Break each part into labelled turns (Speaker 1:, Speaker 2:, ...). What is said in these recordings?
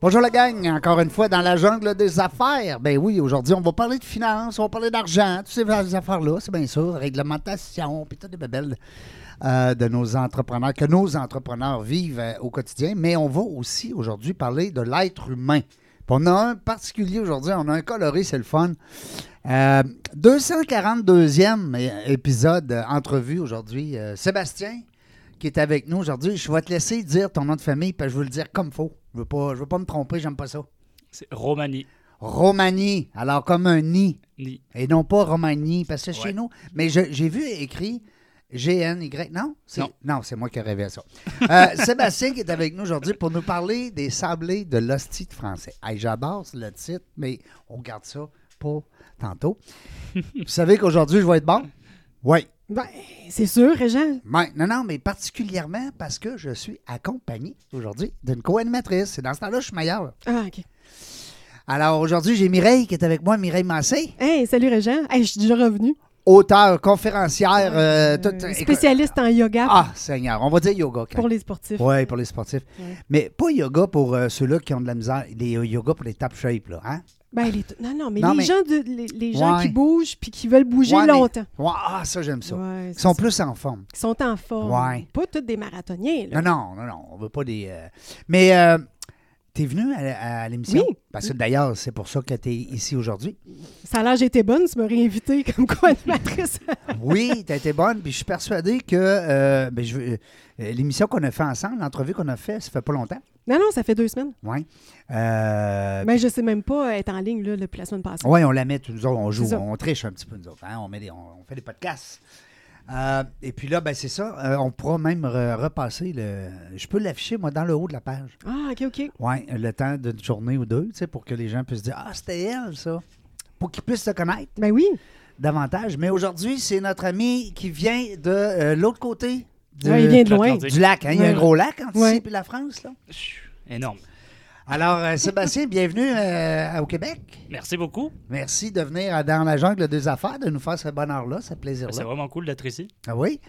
Speaker 1: Bonjour la gang, encore une fois dans la jungle des affaires. Ben oui, aujourd'hui on va parler de finances, on va parler d'argent, toutes ces affaires-là, c'est bien sûr, réglementation, puis toutes les bébelles euh, de nos entrepreneurs, que nos entrepreneurs vivent euh, au quotidien. Mais on va aussi aujourd'hui parler de l'être humain. Puis on a un particulier aujourd'hui, on a un coloré, c'est le fun. Euh, 242e é- épisode, euh, entrevue aujourd'hui. Euh, Sébastien, qui est avec nous aujourd'hui, je vais te laisser dire ton nom de famille, puis je vais le dire comme faux. Je veux pas, je veux pas me tromper, j'aime pas ça.
Speaker 2: C'est Romani.
Speaker 1: Romani, alors comme un nid,
Speaker 2: Ni.
Speaker 1: et non pas Romani, parce que chez
Speaker 2: Ouais.
Speaker 1: nous, mais je- j'ai vu écrit G-N-Y, non? C'est-
Speaker 2: Non.
Speaker 1: c'est moi qui ai rêvé à ça. Euh, Sébastien qui est avec nous aujourd'hui pour nous parler des sablés de l'hostie de français. Hey, J'adore le titre, mais on garde ça pour tantôt. Vous savez qu'aujourd'hui, je vais être bon? Oui.
Speaker 3: Ben, c'est sûr, Régent.
Speaker 1: Ouais, non, non, mais particulièrement parce que je suis accompagné aujourd'hui d'une co-animatrice. C'est dans ce temps-là, je suis meilleur.
Speaker 3: Ah, OK.
Speaker 1: Alors aujourd'hui, j'ai Mireille qui est avec moi, Mireille Massé,
Speaker 3: Hey, salut, Régent. Hey, je suis déjà revenu.
Speaker 1: auteure, conférencière, euh, toute-
Speaker 3: Spécialiste en yoga
Speaker 1: Ah, ben, Seigneur, on va dire yoga.
Speaker 3: pour les sportifs.
Speaker 1: Oui, pour les sportifs.
Speaker 3: Ouais.
Speaker 1: Mais pas yoga pour euh, ceux-là qui ont de la misère, des yoga pour les top shape, là, hein?
Speaker 3: Ben, les t- Non, non, mais
Speaker 1: Non,
Speaker 3: les
Speaker 1: mais-
Speaker 3: gens, de- les, les gens
Speaker 1: Ouais.
Speaker 3: qui bougent puis qui veulent bouger
Speaker 1: Ouais, mais-
Speaker 3: longtemps.
Speaker 1: Ouais, ah, ça, j'aime ça.
Speaker 3: Ouais,
Speaker 1: Ils
Speaker 3: c'est
Speaker 1: sont
Speaker 3: ça.
Speaker 1: plus en forme.
Speaker 3: Qui sont en forme.
Speaker 1: Ouais.
Speaker 3: Pas tous des marathoniens, là.
Speaker 1: Non, non, non, non, on veut pas des... euh, Mais euh, t'es venu à, à l'émission?
Speaker 3: Oui.
Speaker 1: Parce que d'ailleurs, c'est pour ça que t'es ici aujourd'hui.
Speaker 3: Ça a l'air j'étais bonne, tu m'as réinvité comme co-animatrice.
Speaker 1: Oui, t'as été bonne, puis je suis persuadé que euh, ben, je veux- euh, l'émission qu'on a fait ensemble, l'entrevue qu'on a fait, ça fait pas longtemps.
Speaker 3: non, non, ça fait deux semaines.
Speaker 1: Oui. Euh,
Speaker 3: Mais je sais même pas être en ligne, là, depuis la semaine passée.
Speaker 1: ouais, on la met, nous autres, on joue,
Speaker 3: C'est ça.
Speaker 1: on triche un petit peu, nous autres. hein, on, met des- on, on fait des podcasts. Euh, et puis là, ben, c'est ça, euh, on pourra même re- repasser le. Je peux l'afficher, moi, dans le haut de la page.
Speaker 3: Ah, OK, OK.
Speaker 1: Oui, le temps d'une journée ou deux, tu sais, pour que les gens puissent dire Ah, c'était elle, ça. Pour qu'ils puissent se connaître
Speaker 3: Ben oui.
Speaker 1: davantage. Mais aujourd'hui, c'est notre ami qui vient de euh, l'autre côté. du-
Speaker 3: Ouais, Ah, il vient de loin.
Speaker 2: l'Atlantique.
Speaker 1: Du lac, hein? il y a un
Speaker 3: Ouais.
Speaker 1: gros lac entre
Speaker 3: Ouais.
Speaker 1: ici et la France. Là.
Speaker 2: Chut, Énorme.
Speaker 1: Alors, euh, Sébastien, bienvenue euh, au Québec.
Speaker 2: Merci beaucoup.
Speaker 1: Merci de venir à dans la jungle des affaires, de nous faire ce bonheur-là, ce
Speaker 2: C'est
Speaker 1: plaisir-là.
Speaker 2: vraiment cool d'être ici.
Speaker 1: Ah oui.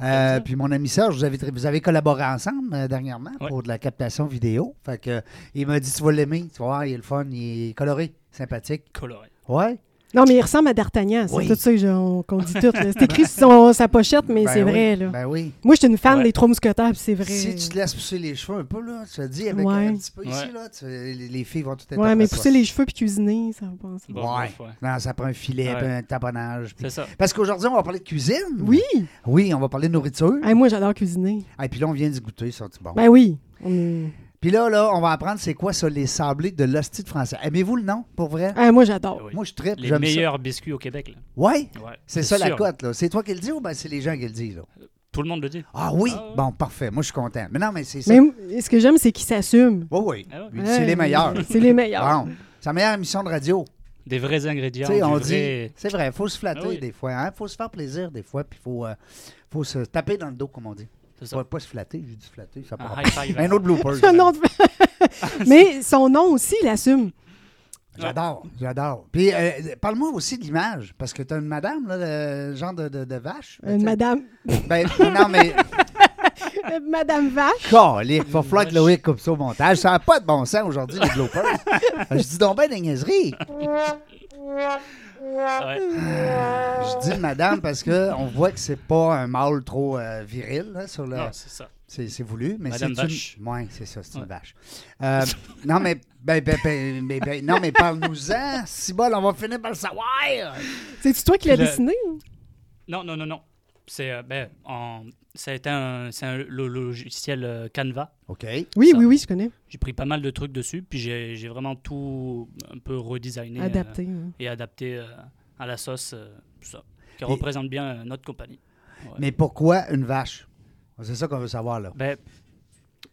Speaker 1: Euh, puis mon ami Serge, vous avez, vous avez collaboré ensemble euh, dernièrement
Speaker 2: Ouais.
Speaker 1: pour de la captation vidéo. Fait que, euh, il m'a dit tu vas l'aimer, tu vas voir, il est le fun, il est coloré, sympathique.
Speaker 2: Coloré.
Speaker 1: Ouais.
Speaker 3: Non, mais il ressemble à D'Artagnan. C'est
Speaker 1: Oui.
Speaker 3: tout ça je- on- qu'on dit tout. là. C'est écrit sur son- sa pochette, mais
Speaker 1: Ben
Speaker 3: c'est
Speaker 1: oui,
Speaker 3: vrai, là.
Speaker 1: Ben oui.
Speaker 3: Moi, j'étais une fan
Speaker 2: Ouais.
Speaker 3: des Trois Mousquetaires, puis c'est vrai.
Speaker 1: Si tu te laisses pousser les cheveux un peu, là, tu te dis avec euh,
Speaker 3: Ouais.
Speaker 1: un petit peu ici,
Speaker 2: Ouais.
Speaker 1: là, tu- les, les filles vont tout être
Speaker 3: ouais, mais
Speaker 1: après
Speaker 3: pousser
Speaker 1: toi.
Speaker 3: les cheveux puis cuisiner, ça va pas ensemble.
Speaker 2: Bon,
Speaker 1: Ouais.
Speaker 2: bref, ouais.
Speaker 1: Non, ça prend un filet,
Speaker 2: Ouais.
Speaker 1: puis un taponnage. puis-
Speaker 2: C'est ça.
Speaker 1: Parce qu'aujourd'hui, on va parler de cuisine.
Speaker 3: Oui!
Speaker 1: Oui, on va parler de nourriture.
Speaker 3: Hey, moi, j'adore cuisiner.
Speaker 1: Et puis là, on vient de goûter, ça, c'est bon.
Speaker 3: Ben oui! On est-
Speaker 1: Puis là, là, on va apprendre c'est quoi ça, les sablés de l'hostie de français. Aimez-vous le nom, pour vrai?
Speaker 3: Hey, Ah, moi, j'adore.
Speaker 2: Oui.
Speaker 1: Moi, je tripe,
Speaker 2: Les
Speaker 1: j'aime ça.
Speaker 2: meilleurs biscuits au Québec. là.
Speaker 1: Ouais,
Speaker 2: Ouais.
Speaker 1: c'est ça la
Speaker 2: sûr.
Speaker 1: cote, là. C'est toi qui le dis ou ben c'est les gens qui le disent, là?
Speaker 2: Tout le monde le dit.
Speaker 1: Ah oui?
Speaker 2: Ah ouais.
Speaker 1: Bon, parfait. Moi, je suis content. Mais non, mais c'est ça.
Speaker 3: Mais m- ce que j'aime, c'est qu'ils s'assument.
Speaker 1: Oui, oui.
Speaker 2: Ah ouais.
Speaker 1: Lui, C'est
Speaker 3: Hey,
Speaker 1: les meilleurs.
Speaker 3: C'est les meilleurs.
Speaker 1: Bon, c'est la meilleure émission de radio.
Speaker 2: Des vrais ingrédients.
Speaker 1: Tu sais,
Speaker 2: du
Speaker 1: on
Speaker 2: vrai-
Speaker 1: dit... C'est vrai, faut se flatter
Speaker 2: Ah oui.
Speaker 1: des fois. hein. faut se faire plaisir des fois, puis faut, euh, faut se taper dans le dos, comme on dit.
Speaker 2: C'est ça.
Speaker 1: Faut pas se flatter, j'ai dit flatter, ça part.
Speaker 2: Un high five.
Speaker 1: Un autre blooper.
Speaker 3: Un autre- mais son nom aussi, il assume.
Speaker 1: J'adore, j'adore. Puis euh, parle-moi aussi de l'image, parce que tu as une madame, là, le genre de, de- de vache.
Speaker 3: Une Euh, madame,
Speaker 1: Ben, non, mais.
Speaker 3: euh, madame Vache.
Speaker 1: Calique, va falloir que
Speaker 2: vache.
Speaker 1: Loïc coupe ça au montage. Ça n'a pas de bon sens aujourd'hui, les bloopers. Je dis donc ben des niaiseries.
Speaker 2: Ouais.
Speaker 1: Je dis madame parce qu'on voit que c'est pas un mâle trop euh, viril là, sur le.
Speaker 2: Non, c'est ça.
Speaker 1: C'est c'est voulu, mais c'est
Speaker 2: Madame
Speaker 1: une...
Speaker 2: vache.
Speaker 1: Ouais, c'est ça, c'est une
Speaker 2: Ouais.
Speaker 1: vache. Euh, non, mais, ben, ben, ben, ben, ben, non, mais parle-nous-en. Si bol, on va finir par le savoir.
Speaker 3: C'est-tu toi qui l'as
Speaker 2: Le-
Speaker 3: dessiné? hein?
Speaker 2: Non, non, non, non. C'est euh, ben, en- ça a été un, c'est un- le logiciel euh, Canva.
Speaker 1: OK.
Speaker 3: Oui,
Speaker 2: Ça.
Speaker 3: oui, oui, je connais.
Speaker 2: J'ai pris pas mal de trucs dessus, puis j'ai j'ai vraiment tout un peu redesigné. euh,
Speaker 3: Adapté. hein.
Speaker 2: et adapté euh, à la sauce, euh, tout ça, qui
Speaker 1: Et-
Speaker 2: représente bien euh, notre compagnie.
Speaker 1: Mais pourquoi une vache? C'est ça qu'on veut savoir, là.
Speaker 2: Ben,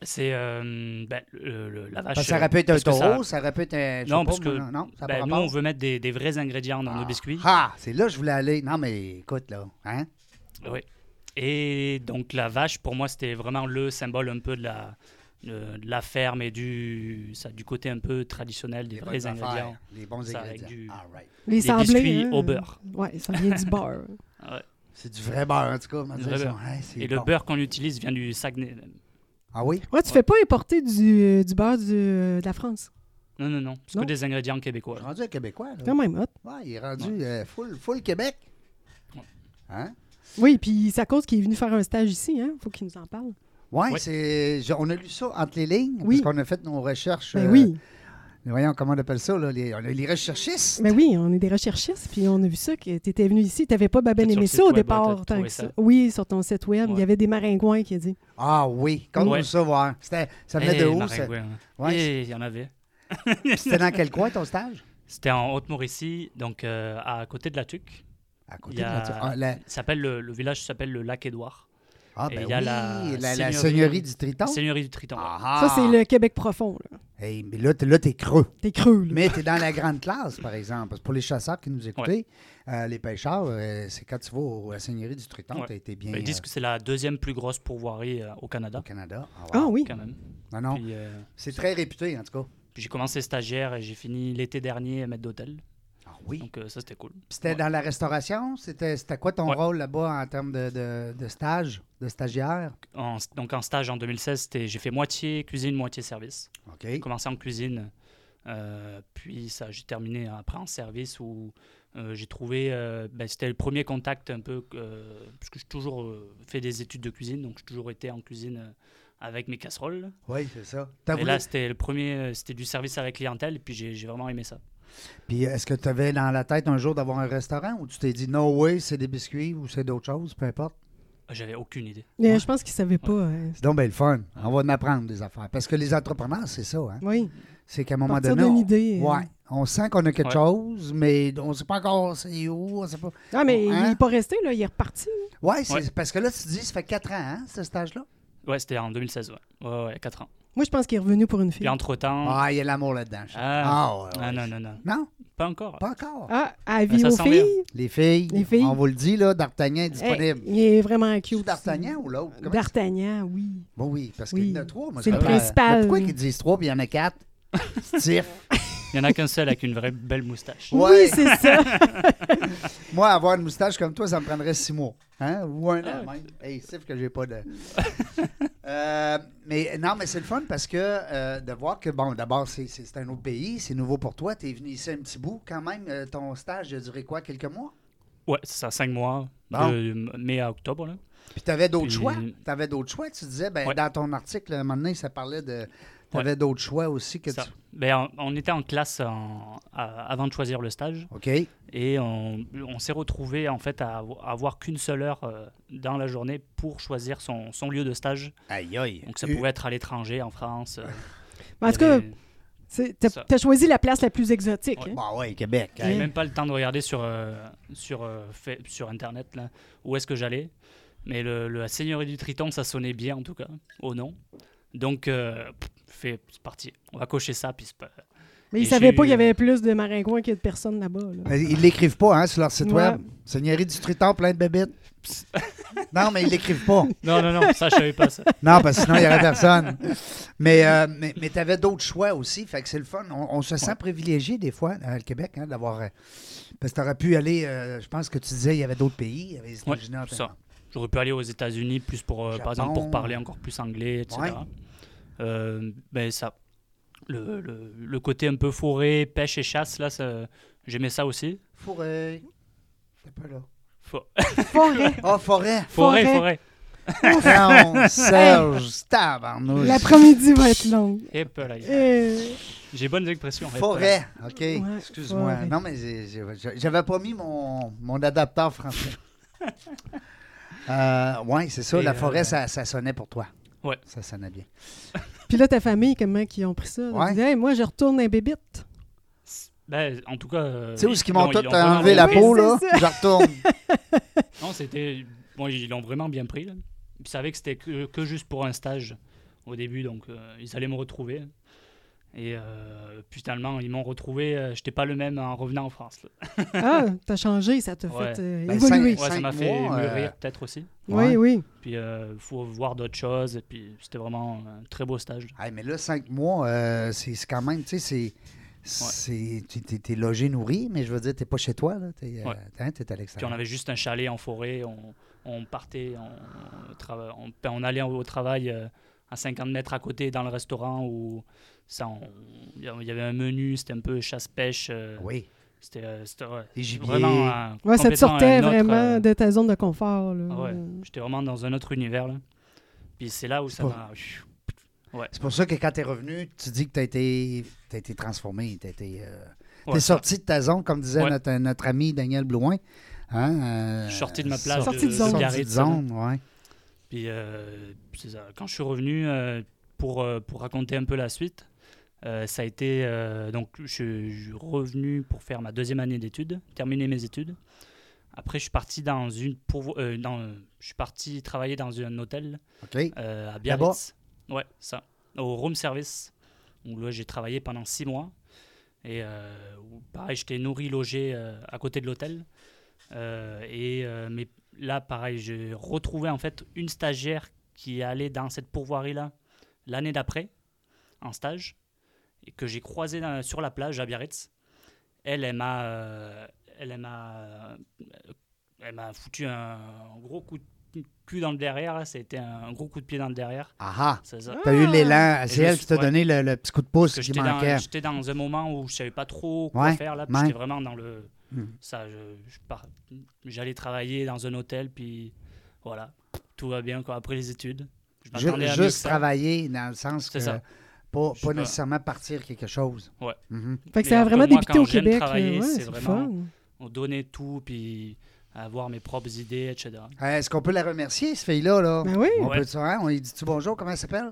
Speaker 2: c'est euh, ben, le- le- la vache.
Speaker 1: Parce que ça
Speaker 2: euh,
Speaker 1: aurait pu être un
Speaker 2: parce que ça-
Speaker 1: taureau, ça... aurait pu être un. je
Speaker 2: Non,
Speaker 1: sais
Speaker 2: parce
Speaker 1: pas,
Speaker 2: que-
Speaker 1: moi, non, ça a pas
Speaker 2: ben, nous,
Speaker 1: rapport.
Speaker 2: on veut mettre des, des vrais ingrédients dans nos biscuits.
Speaker 1: Ah, c'est là que je voulais aller. Non, mais écoute, là. Hein?
Speaker 2: Oui. Et donc, la vache, pour moi, c'était vraiment le symbole un peu de la, de, de la ferme et du, ça, du côté un peu traditionnel des
Speaker 1: bonnes
Speaker 2: vrais
Speaker 1: affaires,
Speaker 2: ingrédients.
Speaker 1: Les bons
Speaker 2: Ça, avec
Speaker 1: ingrédients.
Speaker 2: du-
Speaker 1: All right.
Speaker 3: Les sablés.
Speaker 2: biscuits
Speaker 3: hein.
Speaker 2: au beurre.
Speaker 3: Ouais, ça vient du beurre.
Speaker 2: Ouais.
Speaker 1: C'est du vrai beurre, en tout cas. on va
Speaker 2: Du
Speaker 1: dire
Speaker 2: vrai
Speaker 1: ça.
Speaker 2: beurre.
Speaker 1: Hein, c'est
Speaker 2: Et
Speaker 1: bon.
Speaker 2: le beurre qu'on utilise vient du Saguenay. même.
Speaker 1: Ah oui?
Speaker 3: Moi, tu fais pas importer du, du beurre du- euh, de la France.
Speaker 2: Non, non, non. C'est
Speaker 3: Non.
Speaker 2: que des ingrédients québécois.
Speaker 1: Rendu un Québécois, là.
Speaker 3: Quand même hot.
Speaker 1: Ouais, il est rendu euh, full, full Québec.
Speaker 2: Ouais.
Speaker 1: Hein?
Speaker 3: Oui, puis c'est à cause qu'il est venu faire un stage ici, hein? Faut qu'il nous en parle.
Speaker 1: Ouais,
Speaker 2: Ouais.
Speaker 1: c'est. je- On a lu ça entre les lignes,
Speaker 3: Oui.
Speaker 1: parce qu'on a fait nos recherches.
Speaker 3: Ben
Speaker 1: euh,
Speaker 3: oui,
Speaker 1: Voyons comment on appelle ça, là, les, on a les recherchistes.
Speaker 3: ben oui, on est des recherchistes, puis on a vu ça, que t'étais venu ici, t'avais pas ben
Speaker 2: Peut-être
Speaker 3: aimé
Speaker 2: sur
Speaker 3: ça
Speaker 2: le
Speaker 3: au
Speaker 2: site web, ouais,
Speaker 3: départ.
Speaker 2: t'as
Speaker 3: tant
Speaker 2: trouvé
Speaker 3: que ça.
Speaker 2: ça.
Speaker 3: Oui, sur ton site web, il y
Speaker 2: Ouais.
Speaker 3: avait des maringouins qui dit.
Speaker 1: Ah oui, comme
Speaker 2: Ouais.
Speaker 1: nous ça, voir. C'était- Ça venait
Speaker 2: Eh,
Speaker 1: de où? ça?
Speaker 2: Maringouin, hein.
Speaker 1: Ouais,
Speaker 2: Eh, il y en avait.
Speaker 1: C'était dans quel coin ton stage?
Speaker 2: C'était en Haute-Mauricie, donc euh, à côté de la Tuque.
Speaker 1: À côté
Speaker 2: Il y a-
Speaker 1: de la- Ah, la-
Speaker 2: Ça s'appelle le, le village s'appelle le Lac-Édouard.
Speaker 1: Ah,
Speaker 2: Et
Speaker 1: ben
Speaker 2: il y a
Speaker 1: oui,
Speaker 2: la
Speaker 1: la, la seigneurie...
Speaker 2: seigneurie-
Speaker 1: du Triton.
Speaker 2: Seigneurie du Triton. ouais.
Speaker 1: Ah,
Speaker 3: Ça, c'est le Québec profond, là.
Speaker 1: Hey, mais là, t'es- là, t'es creux.
Speaker 3: T'es creux, là.
Speaker 1: Mais t'es dans la grande classe, par exemple. Parce que pour les chasseurs qui nous écoutent, euh, les pêcheurs, euh, c'est quand tu vas au- à la seigneurie du Triton,
Speaker 2: Ouais. Ben,
Speaker 1: t'as été bien
Speaker 2: Ils disent
Speaker 1: euh,
Speaker 2: que c'est la deuxième plus grosse pourvoirie euh, au Canada,
Speaker 1: au Canada.
Speaker 3: Ah
Speaker 1: wow.
Speaker 3: oui,
Speaker 2: quand même.
Speaker 1: Non, non.
Speaker 2: Puis, euh,
Speaker 1: C'est très réputé, en tout cas.
Speaker 2: puis j'ai commencé stagiaire et j'ai fini l'été dernier maître d'hôtel.
Speaker 1: Ah oui.
Speaker 2: Donc euh, ça, c'était cool.
Speaker 1: Puis C'était
Speaker 2: Ouais.
Speaker 1: dans la restauration? C'était c'était quoi ton
Speaker 2: Ouais.
Speaker 1: rôle là-bas en termes de, de- de stage, de stagiaire?
Speaker 2: En- donc en stage en 2016, c'était- j'ai fait moitié cuisine, moitié service.
Speaker 1: OK.
Speaker 2: J'ai commencé en cuisine, euh, puis ça, j'ai terminé après en service où euh, j'ai trouvé, euh, ben, c'était le premier contact un peu, euh, parce que j'ai toujours euh, fait des études de cuisine, donc j'ai toujours été en cuisine euh, avec mes casseroles.
Speaker 1: Oui, c'est ça. T'as
Speaker 2: Et
Speaker 1: voulu-
Speaker 2: là, c'était le premier, euh, c'était du service à la clientèle, et puis j'ai j'ai vraiment aimé ça.
Speaker 1: Puis est-ce que tu avais dans la tête un jour d'avoir un restaurant ou tu t'es dit no way, c'est des biscuits ou c'est d'autres choses, peu importe?
Speaker 2: J'avais aucune idée.
Speaker 3: Mais je pense qu'ils savaient pas. euh,
Speaker 1: C'est donc bien le fun. On va en apprendre des affaires. Parce que les entrepreneurs, c'est ça. Hein?
Speaker 3: Oui,
Speaker 1: C'est qu'à un
Speaker 3: à
Speaker 1: moment
Speaker 3: partir
Speaker 1: donné.
Speaker 3: d'une
Speaker 1: on-
Speaker 3: idée. euh.
Speaker 1: Ouais. On sent qu'on a quelque
Speaker 2: Ouais.
Speaker 1: chose, mais on ne sait pas encore c'est où, on sait pas.
Speaker 3: Ah, mais il
Speaker 1: Hein?
Speaker 3: est pas resté, là, il est reparti.
Speaker 1: Ouais, c'est
Speaker 2: Ouais.
Speaker 1: parce que là, tu te dis, ça fait quatre ans, hein, ce stage-là?
Speaker 2: Ouais, c'était en 2016, ouais. Ouais, ouais, 4 ans.
Speaker 3: Moi, je pense qu'il est revenu pour une fille.
Speaker 2: Puis entre-temps...
Speaker 1: Ah, il y a l'amour là-dedans. je sais.
Speaker 2: Ah.
Speaker 1: ouais, ouais.
Speaker 2: Ah, non, non, non,
Speaker 1: Non,
Speaker 2: pas encore.
Speaker 1: pas encore.
Speaker 3: Ah, avis
Speaker 2: Ça
Speaker 3: aux
Speaker 2: sent bien.
Speaker 3: filles.
Speaker 1: Les filles,
Speaker 3: Les filles.
Speaker 1: on vous le dit, là, D'Artagnan est disponible.
Speaker 3: Eh, il est vraiment
Speaker 1: C'est
Speaker 3: cute.
Speaker 1: D'Artagnan ou l'autre? Comment tu-
Speaker 3: D'Artagnan, oui.
Speaker 1: Bon, oui, parce
Speaker 3: Oui.
Speaker 1: qu'il y en a trois. moi,
Speaker 3: C'est
Speaker 1: je
Speaker 3: le
Speaker 1: comprends.
Speaker 3: principal.
Speaker 1: Mais Pourquoi ils disent trois puis il y en a quatre? Stiff.
Speaker 2: Il n'y en a qu'un seul avec une vraie belle moustache.
Speaker 1: Ouais.
Speaker 3: Oui, c'est ça.
Speaker 1: Moi, avoir une moustache comme toi, ça me prendrait six mois. Hein? Ou un an
Speaker 2: Ah.
Speaker 1: même. Hey, stiff que j'ai pas de. Euh, mais non, mais c'est le fun parce que euh, de voir que, bon, d'abord, c'est- c'est c'est un autre pays, c'est nouveau pour toi, t'es venu ici un petit bout quand même. euh, ton stage a duré quoi, quelques mois?
Speaker 2: Ouais, c'est ça, 5 mois,
Speaker 1: Bon.
Speaker 2: de mai à octobre. Là.
Speaker 1: Puis t'avais d'autres
Speaker 2: Puis-
Speaker 1: choix. T'avais d'autres choix. Tu disais, ben,
Speaker 2: Ouais.
Speaker 1: dans ton article, à un moment donné, ça parlait de. T'avais d'autres choix aussi que
Speaker 2: Ça.
Speaker 1: tu.
Speaker 2: Ben, on on était en classe en- à- avant de choisir le stage
Speaker 1: OK.
Speaker 2: et on, on s'est retrouvé en fait à avo- à avoir qu'une seule heure euh, dans la journée pour choisir son, son lieu de stage.
Speaker 1: Aïe, aïe.
Speaker 2: Donc ça
Speaker 1: Euh,
Speaker 2: pouvait être à l'étranger, en France. euh,
Speaker 3: Mais en
Speaker 2: il
Speaker 3: tout
Speaker 2: y
Speaker 3: cas,
Speaker 2: avait-
Speaker 3: c'est- t'as
Speaker 2: Ça.
Speaker 3: t'as choisi la place la plus exotique.
Speaker 2: Ouais.
Speaker 3: hein.
Speaker 1: Bah ouais, Québec. hein.
Speaker 2: j'avais même pas le temps de regarder sur euh, sur euh, fait- sur internet là, où est-ce que j'allais. Mais le, le Seigneurie du Triton, ça sonnait bien en tout cas, au nom. Donc euh, pff, fait, c'est parti. On va cocher ça puis c'est pas-
Speaker 3: Mais ils
Speaker 2: Et
Speaker 3: savaient
Speaker 2: j'ai
Speaker 3: pas qu'il y
Speaker 2: eu-
Speaker 3: avait plus de maringouins que de personnes là-bas. là.
Speaker 1: Mais Ben, ils l'écrivent pas hein, sur leur site
Speaker 3: Ouais.
Speaker 1: web. Seigneurie du Triton, plein de bébites. non, mais ils l'écrivent pas.
Speaker 2: Non non non, ça je savais pas ça.
Speaker 1: Non, parce que sinon, il n'y aurait personne. Mais, euh, mais, tu avais d'autres choix aussi. Fait que c'est le fun. On, on se sent privilégié des fois à le Québec hein, d'avoir. euh, parce que tu aurais pu aller. euh, je pense que tu disais il y avait d'autres pays. Il y avait les
Speaker 2: Ouais,
Speaker 1: États-Unis,
Speaker 2: ça.
Speaker 1: notamment.
Speaker 2: J'aurais pu aller aux États-Unis plus pour, euh,
Speaker 1: Japon.
Speaker 2: par exemple, pour parler encore plus anglais, etc.
Speaker 1: Ouais.
Speaker 2: Euh, ben ça, le, le- le côté un peu forêt, pêche et chasse là, ça- j'aimais ça aussi.
Speaker 1: Forêt. C'est pas là.
Speaker 2: Fo-
Speaker 3: Forêt.
Speaker 1: Oh, forêt.
Speaker 2: forêt,
Speaker 3: Forêt.
Speaker 2: forêt.
Speaker 1: Non, Serge, tabarnouche.
Speaker 3: L'après-midi va être long.
Speaker 2: Et peu, là, y a-
Speaker 3: Euh,
Speaker 2: J'ai bonnes expressions. et peu.
Speaker 1: Forêt, OK. Excuse-moi.
Speaker 3: forêt.
Speaker 1: Non, mais j'ai- j'ai- j'avais pas mis mon, mon adapteur français. oui, c'est ça.
Speaker 2: Et,
Speaker 1: la
Speaker 2: euh,
Speaker 1: forêt, ça, ça sonnait pour toi.
Speaker 2: Ouais. Euh,
Speaker 1: Ça sonnait bien.
Speaker 3: Puis là, ta famille, comment ils ont pris ça? Ils
Speaker 1: Ouais.
Speaker 3: disaient, Hey, moi, je retourne un bébite.
Speaker 2: Ben, en tout cas. euh,
Speaker 1: Tu sais où ce qu'ils
Speaker 2: ils
Speaker 1: m'ont
Speaker 2: l'ont-
Speaker 1: tout
Speaker 2: ils l'ont vraiment
Speaker 1: enlevé la
Speaker 2: bien
Speaker 3: Oui,
Speaker 1: peau, là?
Speaker 3: c'est ça.
Speaker 1: Je retourne.
Speaker 2: pris. Non, c'était. Bon, ils l'ont vraiment bien pris. là. Ils savaient que c'était que, que juste pour un stage au début, donc euh, ils allaient me retrouver. Et euh, puis finalement, ils m'ont retrouvé. euh, J'étais pas le même en revenant en France. là.
Speaker 3: Ah, t'as changé, ça t'a
Speaker 2: Ouais.
Speaker 3: fait euh,
Speaker 1: Ben,
Speaker 3: évoluer.
Speaker 1: cinq-
Speaker 2: Ouais, ça m'a
Speaker 1: cinq
Speaker 2: fait
Speaker 1: mois, euh,
Speaker 2: mûrir peut-être aussi.
Speaker 1: Ouais.
Speaker 3: Oui, oui.
Speaker 2: Puis euh, faut voir d'autres choses. Et puis c'était vraiment un très beau stage.
Speaker 1: Hey, mais là, cinq mois, euh, c'est c'est quand même, tu sais, c'est. c'est- tu- T'es t'es logé, nourri, mais je veux dire, t'es pas chez toi, là. T'es euh,
Speaker 2: Ouais.
Speaker 1: hein, t'es à
Speaker 2: Puis on
Speaker 1: l'extérieur.
Speaker 2: avait juste un chalet en forêt. On, on partait, on, on trava- on, ben, on allait au travail euh, à 50 mètres à côté dans le restaurant où ça, on- il y avait un menu, c'était un peu chasse-pêche. euh,
Speaker 1: Oui.
Speaker 2: C'était euh, c'était, ouais,
Speaker 1: Les gibiers.
Speaker 2: vraiment. euh,
Speaker 3: Ouais, ça te
Speaker 2: complètement
Speaker 3: sortait
Speaker 2: un autre,
Speaker 3: vraiment
Speaker 2: euh,
Speaker 3: de ta zone de confort. Là.
Speaker 2: ah ouais, j'étais vraiment dans un autre univers. là. Puis c'est là où ça
Speaker 1: Pas-
Speaker 2: m'a.
Speaker 1: C'est pour ça que quand t'es revenu, tu dis que t'as été, t'as été transformé. T'as été, euh, t'es
Speaker 2: Ouais,
Speaker 1: sorti de ta zone, comme disait
Speaker 2: Ouais.
Speaker 1: notre, euh, notre ami Daniel Blouin. Hein, euh,
Speaker 2: Je suis sorti de ma plage
Speaker 1: sorti
Speaker 3: de-
Speaker 1: de,
Speaker 3: de
Speaker 1: zone. Sorti de
Speaker 2: Biarritz,
Speaker 1: zone, ouais.
Speaker 2: Puis euh, c'est ça. quand je suis revenu, euh, pour, euh, pour raconter un peu la suite, euh, ça a été. euh, donc, je, je suis revenu pour faire ma deuxième année d'études, terminer mes études. Après, je suis parti dans une. pourvo- euh, dans, je suis parti travailler dans un hôtel
Speaker 1: OK.
Speaker 2: euh, à
Speaker 1: Là-bas?
Speaker 2: Biarritz. Ouais, ça. Au room service, où là, j'ai travaillé pendant six mois. Et euh, où, pareil, j'étais nourri, logé euh, à côté de l'hôtel. Euh, et euh, mais là, pareil, j'ai retrouvé en fait une stagiaire qui est allée dans cette pourvoirie-là l'année d'après, en stage, et que j'ai croisée dans- sur la plage à Biarritz. Elle, elle m'a. euh, elle elle m'a. euh, Elle m'a foutu un gros coup de cul dans le derrière. hein. là. C'était un gros coup de pied dans le derrière.
Speaker 1: Ah ah.
Speaker 2: C'est ça.
Speaker 1: T'as eu l'élan. C'est
Speaker 2: je
Speaker 1: elle
Speaker 2: suis-
Speaker 1: qui t'a
Speaker 2: ouais.
Speaker 1: donné le, le petit coup de pouce
Speaker 2: Parce que
Speaker 1: qui
Speaker 2: j'étais dans,
Speaker 1: manquait.
Speaker 2: j'étais dans un moment où je savais pas trop quoi
Speaker 1: Ouais,
Speaker 2: faire là, puis
Speaker 1: ouais.
Speaker 2: j'étais vraiment dans le
Speaker 1: Hmm.
Speaker 2: ça, je- je pars- j'allais travailler dans un hôtel, puis voilà, tout va bien quoi. Après les études, je
Speaker 1: Ju-
Speaker 2: m'attendais à mieux que
Speaker 1: juste
Speaker 2: ça.
Speaker 1: travailler dans le sens que
Speaker 2: C'est ça.
Speaker 1: pas,
Speaker 2: Je sais
Speaker 1: pas
Speaker 2: pas.
Speaker 1: nécessairement partir quelque chose.
Speaker 2: Ouais.
Speaker 1: Mhm.
Speaker 3: Fait que
Speaker 2: Mais
Speaker 3: ça a
Speaker 2: en tout cas,
Speaker 3: vraiment
Speaker 2: moi,
Speaker 3: débuté
Speaker 2: quand
Speaker 3: au
Speaker 2: j'aime
Speaker 3: Québec. là.
Speaker 2: travailler,
Speaker 3: Ouais,
Speaker 2: c'est
Speaker 3: c'est le
Speaker 2: vraiment-
Speaker 3: fun.
Speaker 2: On donnait tout, puis avoir mes propres idées, etc.
Speaker 1: Euh, Est-ce qu'on peut la remercier, cette fille-là? Là?
Speaker 3: Ben oui,
Speaker 1: On
Speaker 2: Ouais.
Speaker 1: peut dire, hein, on lui dit-tu bonjour? Comment elle s'appelle?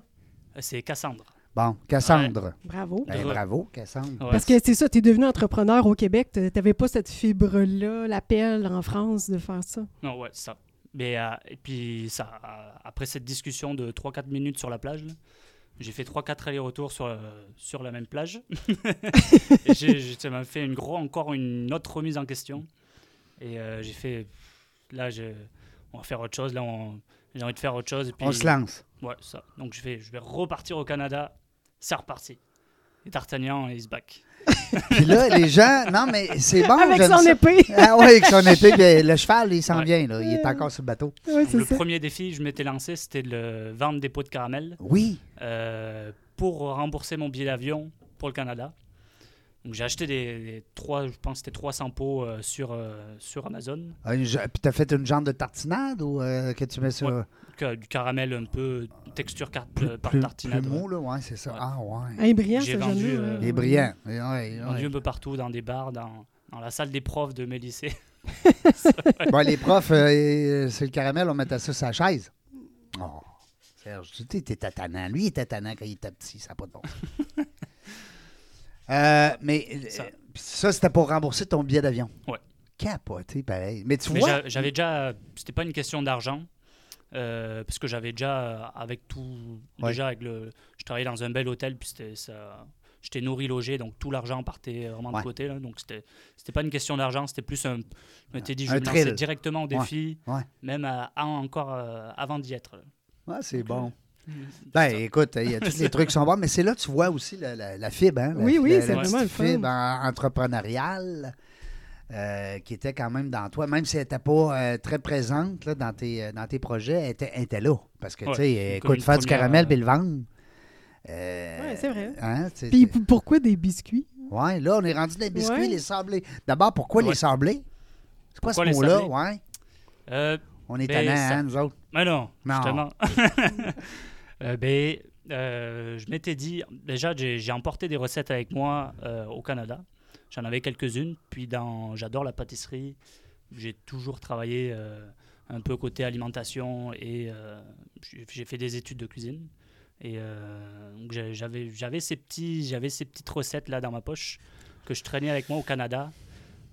Speaker 2: Euh, C'est Cassandre.
Speaker 1: Bon, Cassandre.
Speaker 3: bravo.
Speaker 1: Ben,
Speaker 2: Ouais.
Speaker 1: bravo, Cassandre.
Speaker 2: Ouais.
Speaker 3: Parce que c'est ça, t'es devenu entrepreneur au Québec, t'- t'avais pas cette fibre-là, l'appel en France de faire ça.
Speaker 2: Non, ouais, c'est ça. Mais, euh, et puis, ça, euh, après cette discussion de 3-4 minutes sur la plage, là, j'ai fait 3-4 allers-retours sur, euh, sur la même plage. et j'ai- j'ai- ça m'a fait une gros, encore une autre remise en question. Et euh, j'ai fait, là, je, on va faire autre chose. Là, on- j'ai envie de faire autre chose. Et puis,
Speaker 1: On se lance.
Speaker 2: Ouais, ça. Donc, je vais, je vais repartir au Canada. C'est reparti. Et D'Artagnan, is back.
Speaker 1: Puis là, les gens, non, mais c'est bon.
Speaker 3: Avec
Speaker 1: j'aime
Speaker 3: son
Speaker 1: ça.
Speaker 3: épée!
Speaker 1: Ah oui, avec son épée, puis le cheval, il s'en
Speaker 2: Ouais.
Speaker 1: vient, là. Il est encore sur le bateau.
Speaker 3: Ouais,
Speaker 2: Donc,
Speaker 3: c'est
Speaker 2: le
Speaker 3: ça.
Speaker 2: premier défi, je m'étais lancé, c'était de le- vendre des pots de caramel.
Speaker 1: Oui.
Speaker 2: euh, pour rembourser mon billet d'avion pour le Canada. Donc j'ai acheté des, des trois, je pense que c'était 300 pots euh, sur, euh, sur Amazon.
Speaker 1: Une ja- puis t'as fait une genre de tartinade ou euh, que tu mets sur
Speaker 2: Ouais, Que- du caramel un peu texture car-
Speaker 1: plus,
Speaker 2: euh, par
Speaker 1: plus-
Speaker 2: tartinade.
Speaker 1: plus
Speaker 2: ouais.
Speaker 1: mot, là, ouais, c'est ça.
Speaker 2: Ouais.
Speaker 1: Ah ouais.
Speaker 3: Ah, il est brillant,
Speaker 2: J'ai
Speaker 3: ce
Speaker 2: vendu,
Speaker 3: jeune-là,
Speaker 2: euh,
Speaker 3: ouais.
Speaker 1: Il est brillant. Ouais, ouais.
Speaker 2: Vendu un peu partout, dans des bars, dans, dans la salle des profs de mes lycées.
Speaker 1: Bon, les profs, euh, c'est le caramel, on mettait ça sur la chaise. Oh, Serge, tu sais, t'es tatanant. Lui, il était tatanant quand il était petit, ça n'a pas de bon sens. Euh, mais euh,
Speaker 2: Ça.
Speaker 1: ça, c'était pour rembourser ton billet d'avion.
Speaker 2: Ouais.
Speaker 1: Capoté, pareil. Mais tu
Speaker 2: Mais
Speaker 1: vois,
Speaker 2: j'a- j'avais déjà, c'était pas une question d'argent, euh, parce que j'avais déjà, euh, avec tout,
Speaker 1: Ouais.
Speaker 2: déjà avec le, je travaillais dans un bel hôtel, puis c'était ça, j'étais nourri, logé, donc tout l'argent partait euh, vraiment
Speaker 1: Ouais.
Speaker 2: de côté, là, donc c'était, c'était pas une question d'argent, c'était plus un, je m'étais dit, je
Speaker 1: Un
Speaker 2: vais me lancer
Speaker 1: thrill.
Speaker 2: directement au défi,
Speaker 1: Ouais.
Speaker 2: même à- à- encore euh, avant d'y être. là.
Speaker 1: Ouais, c'est bon.
Speaker 2: euh, C'est
Speaker 1: Ben,
Speaker 2: ça.
Speaker 1: écoute, il y a tous les trucs qui sont bons, mais c'est là que tu vois aussi la, la- la fibre, hein? la-
Speaker 3: Oui, oui,
Speaker 1: la-
Speaker 3: c'est
Speaker 1: la
Speaker 3: vraiment
Speaker 1: petite
Speaker 3: le fun.
Speaker 1: fibre en- entrepreneuriale euh, qui était quand même dans toi, même si elle n'était pas euh, très présente là, dans, tes, euh, dans tes projets, elle était, elle était là. Parce que,
Speaker 2: Ouais,
Speaker 1: tu sais,
Speaker 2: comme
Speaker 1: écoute,
Speaker 2: une
Speaker 1: faire du
Speaker 2: première,
Speaker 1: caramel
Speaker 2: euh,
Speaker 1: puis le vendre. euh,
Speaker 3: Ouais, c'est vrai.
Speaker 1: hein, tu sais,
Speaker 3: Puis
Speaker 1: c'est-
Speaker 3: p- pourquoi des biscuits?
Speaker 1: ouais, là, on est rendu dans les biscuits,
Speaker 3: Ouais.
Speaker 1: les sablés. D'abord, pourquoi les
Speaker 2: Ouais.
Speaker 1: sablés? C'est quoi
Speaker 2: Pourquoi
Speaker 1: ce
Speaker 2: les
Speaker 1: mot-là?
Speaker 2: sablés?
Speaker 1: Ouais.
Speaker 2: Euh,
Speaker 1: On est
Speaker 2: Ben,
Speaker 1: tannants,
Speaker 2: ça-
Speaker 1: hein, nous autres.
Speaker 2: Mais non,
Speaker 1: Non.
Speaker 2: justement. Euh, ben, euh, je m'étais dit, déjà, j'ai j'ai emporté des recettes avec moi euh, au Canada. J'en avais quelques-unes. Puis, dans, j'adore la pâtisserie. J'ai toujours travaillé euh, un peu côté alimentation et euh, j'ai j'ai fait des études de cuisine. Et euh, donc, j'ai- j'avais j'avais ces, petits- j'avais ces petites recettes là dans ma poche que je traînais avec moi au Canada.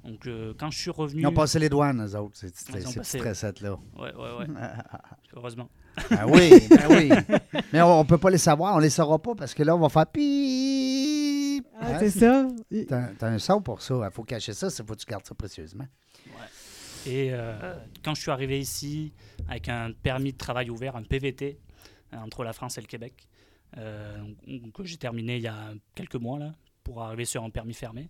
Speaker 2: Donc, euh, quand je suis revenu.
Speaker 1: Ils ont passé les douanes, nous autres, ces, petites-
Speaker 2: Ils ont
Speaker 1: ces
Speaker 2: passé-
Speaker 1: petites recettes-là.
Speaker 2: Ouais, ouais, ouais. Heureusement.
Speaker 1: Ben oui, ben oui. Mais on ne peut pas les savoir, on les saura pas parce que là, on va faire pip.
Speaker 3: Ah,
Speaker 1: Hein?
Speaker 3: c'est ça. Il-
Speaker 1: T'as t'as un son pour ça. Il faut cacher ça, il faut que tu gardes ça précieusement.
Speaker 2: Et euh, quand je suis arrivé ici avec un permis de travail ouvert, un PVT, euh, entre la France et le Québec, euh, donc, que j'ai terminé il y a quelques mois, là, pour arriver sur un permis fermé,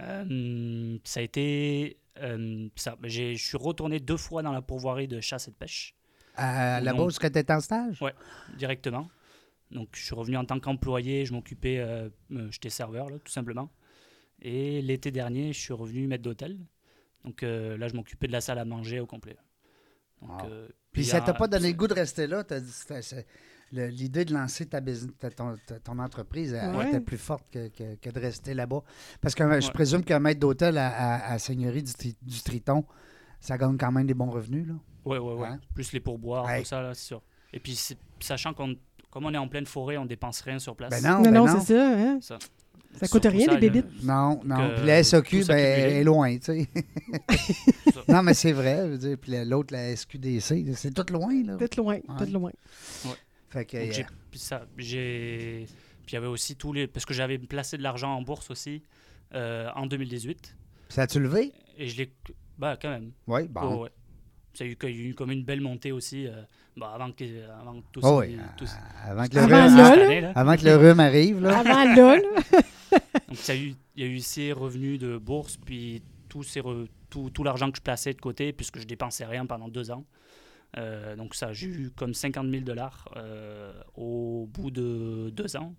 Speaker 2: euh, ça a été. euh, ça, j'ai- je suis retourné deux fois dans la pourvoirie de chasse et de pêche,
Speaker 1: Euh, Là-bas,
Speaker 2: Non.
Speaker 1: est-ce que tu en stage?
Speaker 2: directement. Donc, je suis revenu en tant qu'employé, je m'occupais, euh, euh, j'étais serveur, là, tout simplement. Et l'été dernier, je suis revenu maître d'hôtel. Donc euh, là, je m'occupais de la salle à manger au complet. Donc,
Speaker 1: Wow.
Speaker 2: euh,
Speaker 1: Puis
Speaker 2: il y
Speaker 1: ça
Speaker 2: a-
Speaker 1: t'a pas donné le goût de rester là. T'as dit- c'était- c'est- le- L'idée de lancer ta business- ta- ton, ta- ton entreprise elle
Speaker 3: Ouais.
Speaker 1: était plus forte que, que- que de rester là-bas. Parce que euh, je
Speaker 2: Ouais.
Speaker 1: présume qu'un maître d'hôtel à, à- à Seigneurie du, Tri- du Triton, ça gagne quand même des bons revenus. Là.
Speaker 2: Ouais, ouais, ouais.
Speaker 1: Hein?
Speaker 2: Plus les pourboires,
Speaker 1: Ouais.
Speaker 2: tout ça, là, c'est sûr. Et puis, c'est- sachant qu'on, comme on est en pleine forêt, on dépense rien sur place.
Speaker 1: Ben non,
Speaker 3: non,
Speaker 1: ben
Speaker 3: non,
Speaker 1: non.
Speaker 3: c'est ça. Hein?
Speaker 2: Ça,
Speaker 3: Ça coûte rien, les
Speaker 2: bébés.
Speaker 3: bébites.
Speaker 1: Non, non.
Speaker 2: euh,
Speaker 1: puis la
Speaker 2: tout
Speaker 1: SOQ, ben,
Speaker 2: s'accumuler.
Speaker 1: elle est loin, tu sais.
Speaker 2: ça.
Speaker 1: non, mais c'est vrai. je veux dire. Puis la- l'autre, la SQDC, c'est tout loin, là.
Speaker 3: Peut-être loin,
Speaker 1: Ouais.
Speaker 3: peut-être loin.
Speaker 1: Fait que,
Speaker 2: Donc,
Speaker 1: euh,
Speaker 2: j'ai- puis ça, j'ai. Puis il y avait aussi tous les. Parce que j'avais placé de l'argent en bourse aussi euh, en 2018.
Speaker 1: ça a-tu levé?
Speaker 2: Et je l'ai. Bah, quand même.
Speaker 1: Oui, bon.
Speaker 2: Ouais, ouais. Ça a eu que- il y a eu comme une belle montée aussi. euh, bah, avant que, avant que tout
Speaker 1: Oh, Ah.
Speaker 2: ça-
Speaker 1: oui,
Speaker 2: tout ça-
Speaker 1: euh, Avant que le
Speaker 3: Avant
Speaker 1: rhume-
Speaker 3: là,
Speaker 2: cette
Speaker 3: là.
Speaker 2: année, là.
Speaker 1: avant que le rhume arrive, là.
Speaker 3: Avant là, là.
Speaker 2: Donc, ça a eu, il y a eu ces revenus de bourse, puis tout, ces re- tout, tout l'argent que je plaçais de côté, puisque je dépensais rien pendant deux ans. Euh, donc, ça, j'ai eu comme 50 000 dollars euh, au bout de deux ans.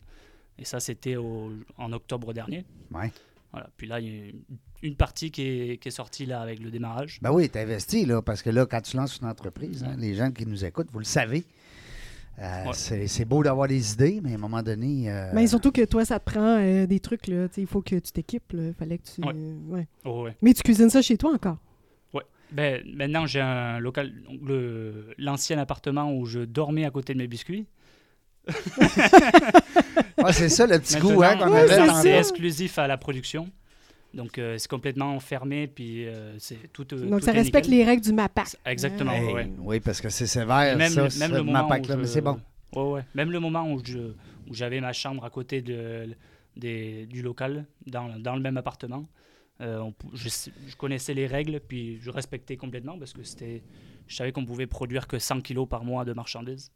Speaker 2: Et ça, c'était au- en octobre dernier.
Speaker 1: Ouais.
Speaker 2: Voilà. Puis là, il y a une- une partie qui est, qui est sortie là avec le démarrage.
Speaker 1: Ben oui, tu investi, là, parce que là, quand tu lances une entreprise, hein, les gens qui nous écoutent, vous le savez, euh,
Speaker 2: Ouais.
Speaker 1: c'est c'est beau d'avoir des idées, mais à un moment donné. euh,
Speaker 3: Mais surtout que toi, ça te prend euh, des trucs, là. Tu sais, Il faut que tu t'équipes, là. Fallait que tu.
Speaker 2: Ouais.
Speaker 3: ouais.
Speaker 2: Oh, ouais.
Speaker 3: Mais tu cuisines ça chez toi encore.
Speaker 2: Ben, maintenant, j'ai un local, donc le- l'ancien appartement où je dormais à côté de mes biscuits.
Speaker 1: ah, c'est ça le petit
Speaker 2: Maintenant,
Speaker 1: goût hein, qu'on
Speaker 3: Ouais,
Speaker 1: avait
Speaker 3: c'est
Speaker 2: maintenant,
Speaker 1: dans
Speaker 3: ça.
Speaker 2: c'est exclusif à la production. Donc, euh, c'est complètement fermé, puis euh, c'est tout. euh,
Speaker 3: Donc
Speaker 2: tout
Speaker 3: ça
Speaker 2: est
Speaker 3: respecte
Speaker 2: nickel.
Speaker 3: les règles du MAPAC.
Speaker 2: Exactement,
Speaker 3: Hein?
Speaker 1: Hey,
Speaker 2: ouais.
Speaker 1: Oui, parce que c'est sévère,
Speaker 2: Même,
Speaker 1: ça,
Speaker 2: même
Speaker 1: ça,
Speaker 2: le euh,
Speaker 1: de
Speaker 2: moment.
Speaker 1: Mapac,
Speaker 2: où
Speaker 1: là,
Speaker 2: je-
Speaker 1: mais c'est bon.
Speaker 2: Ouais, ouais. Même le moment où je où j'avais ma chambre à côté de, des- du local, dans, dans le même appartement. euh, on pou- je, sais- je connaissais les règles, puis je respectais complètement parce que c'était, je savais qu'on pouvait produire que 100 kilos par mois de marchandises.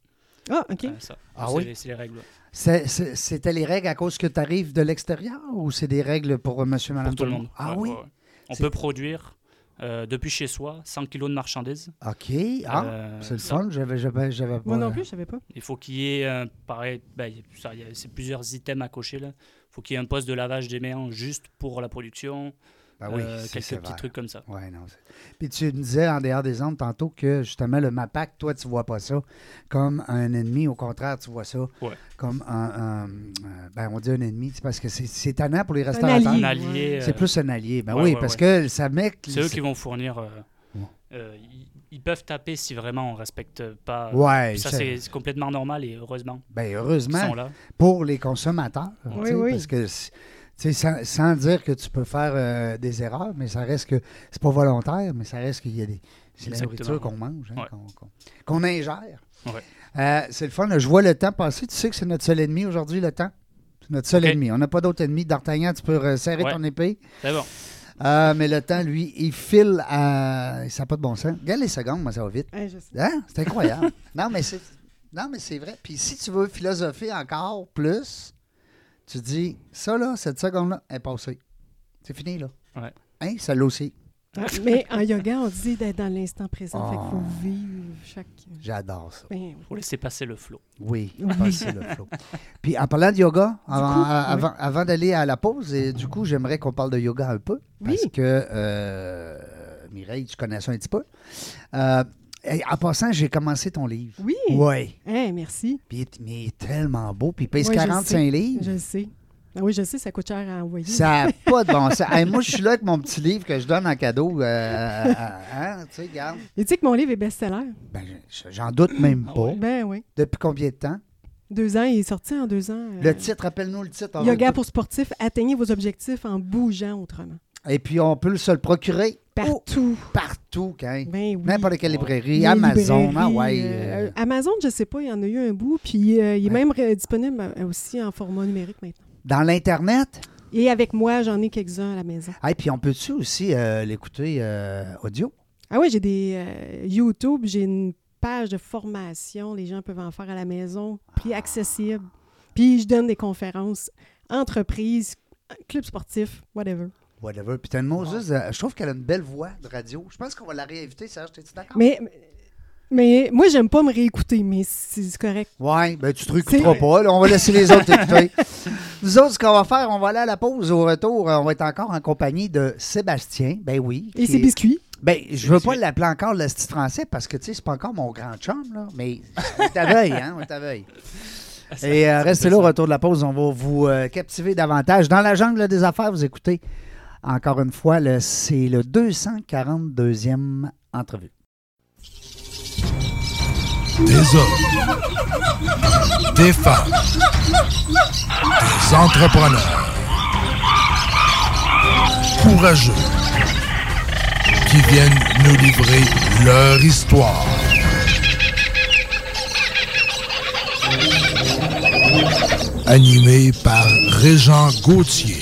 Speaker 3: Ah, OK.
Speaker 2: Euh, ça.
Speaker 1: Ah
Speaker 2: C'est-
Speaker 1: oui?
Speaker 2: C'est les règles. ouais.
Speaker 1: C'est- c'est- C'était les règles à cause que tu arrives de l'extérieur ou c'est des règles pour euh, monsieur, madame
Speaker 2: Pour tout le monde.
Speaker 1: Ah
Speaker 2: Ouais,
Speaker 1: oui?
Speaker 2: ouais, ouais. On
Speaker 1: C'est-
Speaker 2: peut produire euh, depuis chez soi 100 kilos de marchandises.
Speaker 1: OK. Ah,
Speaker 2: Euh,
Speaker 1: c'est le
Speaker 2: ça.
Speaker 1: fun, j'avais j'avais- j'avais pas.
Speaker 3: Moi non plus, je savais pas.
Speaker 2: Il faut qu'il y ait, euh, pareil, ben, il y a- ça, il y a- c'est plusieurs items à cocher là. Il faut qu'il y ait un poste de lavage des mains juste pour la production,
Speaker 1: Ben oui,
Speaker 2: euh,
Speaker 1: c'est
Speaker 2: quelques
Speaker 1: sévère.
Speaker 2: petits trucs comme ça.
Speaker 1: Ouais, non. c'est- Puis tu me disais en dehors des ondes tantôt que justement le MAPAC, toi, tu vois pas ça comme un ennemi. Au contraire, tu vois ça
Speaker 2: Ouais.
Speaker 1: comme un, un- euh, Ben, on dit un ennemi, c'est parce que c'est- c'est tannant pour les
Speaker 3: allié.
Speaker 1: restaurateurs.
Speaker 2: Un
Speaker 3: Ouais.
Speaker 2: allié,
Speaker 1: C'est
Speaker 2: euh,
Speaker 1: plus un allié. Ben
Speaker 2: ouais,
Speaker 1: oui,
Speaker 2: ouais,
Speaker 1: parce
Speaker 2: ouais.
Speaker 1: que ça met.
Speaker 2: c'est eux qui vont fournir. euh,
Speaker 1: Ouais.
Speaker 2: euh, ils- ils peuvent taper si vraiment on respecte pas.
Speaker 1: Ouais,
Speaker 2: ça
Speaker 1: ça-
Speaker 2: c'est c'est complètement normal et heureusement
Speaker 1: ben,
Speaker 2: qu'ils sont
Speaker 1: heureusement
Speaker 2: là.
Speaker 1: pour les consommateurs. tu sais,
Speaker 3: oui.
Speaker 1: Parce que, c'est- tu sais, sans, sans dire que tu peux faire euh, des erreurs, mais ça reste que. C'est pas volontaire, mais ça reste qu'il y a des. C'est la
Speaker 2: Exactement.
Speaker 1: nourriture qu'on mange, hein,
Speaker 2: Ouais.
Speaker 1: qu'on- qu'on qu'on ingère.
Speaker 2: Ouais.
Speaker 1: Euh, c'est le fun. là. Je vois le temps passer. Tu sais que c'est notre seul ennemi aujourd'hui, le temps. C'est notre seul
Speaker 2: Ok.
Speaker 1: ennemi. On n'a pas d'autre ennemi. D'Artagnan, tu peux euh, serrer
Speaker 2: Ouais.
Speaker 1: ton épée.
Speaker 2: C'est bon.
Speaker 1: Euh, mais le temps, lui, il file à. Ça n'a pas de bon sens. Regarde les secondes, moi, ça va vite.
Speaker 2: euh.
Speaker 3: Ouais, je sais.
Speaker 1: Hein? C'est incroyable. non, mais c'est. Non, mais c'est vrai. Puis si tu veux philosopher encore plus, tu dis ça là, cette seconde-là, elle est passée. C'est fini là.
Speaker 2: Ouais.
Speaker 1: Hein? Celle-là aussi.
Speaker 3: Ah, Mais en yoga, on dit d'être dans l'instant présent. Fait qu'il
Speaker 1: Oh.
Speaker 3: faut vivre chaque.
Speaker 1: J'adore ça.
Speaker 3: Ben,
Speaker 2: Faut laisser passer le flot.
Speaker 1: Oui, passer le flow. Puis en parlant de yoga, avant, euh,
Speaker 3: coup,
Speaker 1: avant, avant d'aller à la pause, et du coup, j'aimerais qu'on parle de yoga un peu.
Speaker 3: Oui.
Speaker 1: Parce que euh, Mireille, tu connais ça un petit peu. Euh, et en passant, j'ai commencé ton livre.
Speaker 3: oui.
Speaker 1: Oui.
Speaker 3: Hein, merci.
Speaker 1: Puis mais il est tellement beau. Puis il pèse
Speaker 3: Oui, je
Speaker 1: 45
Speaker 3: sais.
Speaker 1: livres.
Speaker 3: Je le sais. Ah oui, je sais, ça coûte cher à envoyer.
Speaker 1: Ça n'a pas de bon sens. Hey, moi, je suis là avec mon petit livre que je donne en cadeau. euh, euh, euh, hein, tu sais, regarde.
Speaker 3: Et tu sais que mon livre est best-seller?
Speaker 1: Ben, je- j'en doute même
Speaker 2: Ah
Speaker 1: pas.
Speaker 2: ouais.
Speaker 3: Ben oui.
Speaker 1: Depuis combien de temps?
Speaker 3: Deux ans, il est sorti en deux ans. euh,
Speaker 1: Le titre, rappelle-nous le titre. on va
Speaker 3: Yoga
Speaker 1: le-
Speaker 3: pour sportifs, atteignez vos objectifs en bougeant autrement.
Speaker 1: Et puis, on peut se le procurer Oh,
Speaker 3: Partout.
Speaker 1: partout, quand.
Speaker 3: Ben oui.
Speaker 1: N'importe quelle
Speaker 2: Ouais.
Speaker 1: librairie,
Speaker 3: Les
Speaker 1: Amazon, ah
Speaker 3: librairies,
Speaker 1: ouais.
Speaker 3: euh,
Speaker 1: euh,
Speaker 3: Amazon, je ne sais pas, il y en a eu un bout, puis euh, il est
Speaker 1: Ouais.
Speaker 3: même euh, disponible euh, aussi en format numérique maintenant.
Speaker 1: dans l'Internet.
Speaker 3: Et avec moi, j'en ai quelques-uns à la maison.
Speaker 1: Et puis, on peut-tu aussi euh, l'écouter euh, audio?
Speaker 3: Ah oui, j'ai des euh, YouTube, j'ai une page de formation, les gens peuvent en faire à la maison, prix
Speaker 1: Ah.
Speaker 3: accessible. Puis je donne des conférences, entreprises, clubs sportifs, whatever.
Speaker 1: Whatever. Puis, t'as une Moses, euh, je trouve qu'elle a une belle voix de radio. Je pense qu'on va la réinviter, Serge. T'es-tu d'accord?
Speaker 3: Mais mais Mais moi, j'aime pas me réécouter, mais c'est correct.
Speaker 1: Ouais, ben tu te réécouteras pas. là. on va laisser les autres t'écouter. Nous autres, ce qu'on va faire, on va aller à la pause. Au retour, euh, on va être encore en compagnie de Sébastien. Ben oui.
Speaker 3: Et
Speaker 1: qui
Speaker 3: ses
Speaker 1: est-
Speaker 3: biscuits.
Speaker 1: Ben, je veux pas l'appeler encore le petit français parce que, tu sais, c'est pas encore mon grand chum, là. Mais on est à veille, hein? On est à veille. Et euh, restez là au retour de la pause. On va vous euh, captiver davantage. Dans la jungle des affaires, vous écoutez, encore une fois, le- c'est le 242e entrevue.
Speaker 4: des hommes, des femmes, des entrepreneurs, courageux, qui viennent nous livrer leur histoire. Animé par Régent Gauthier.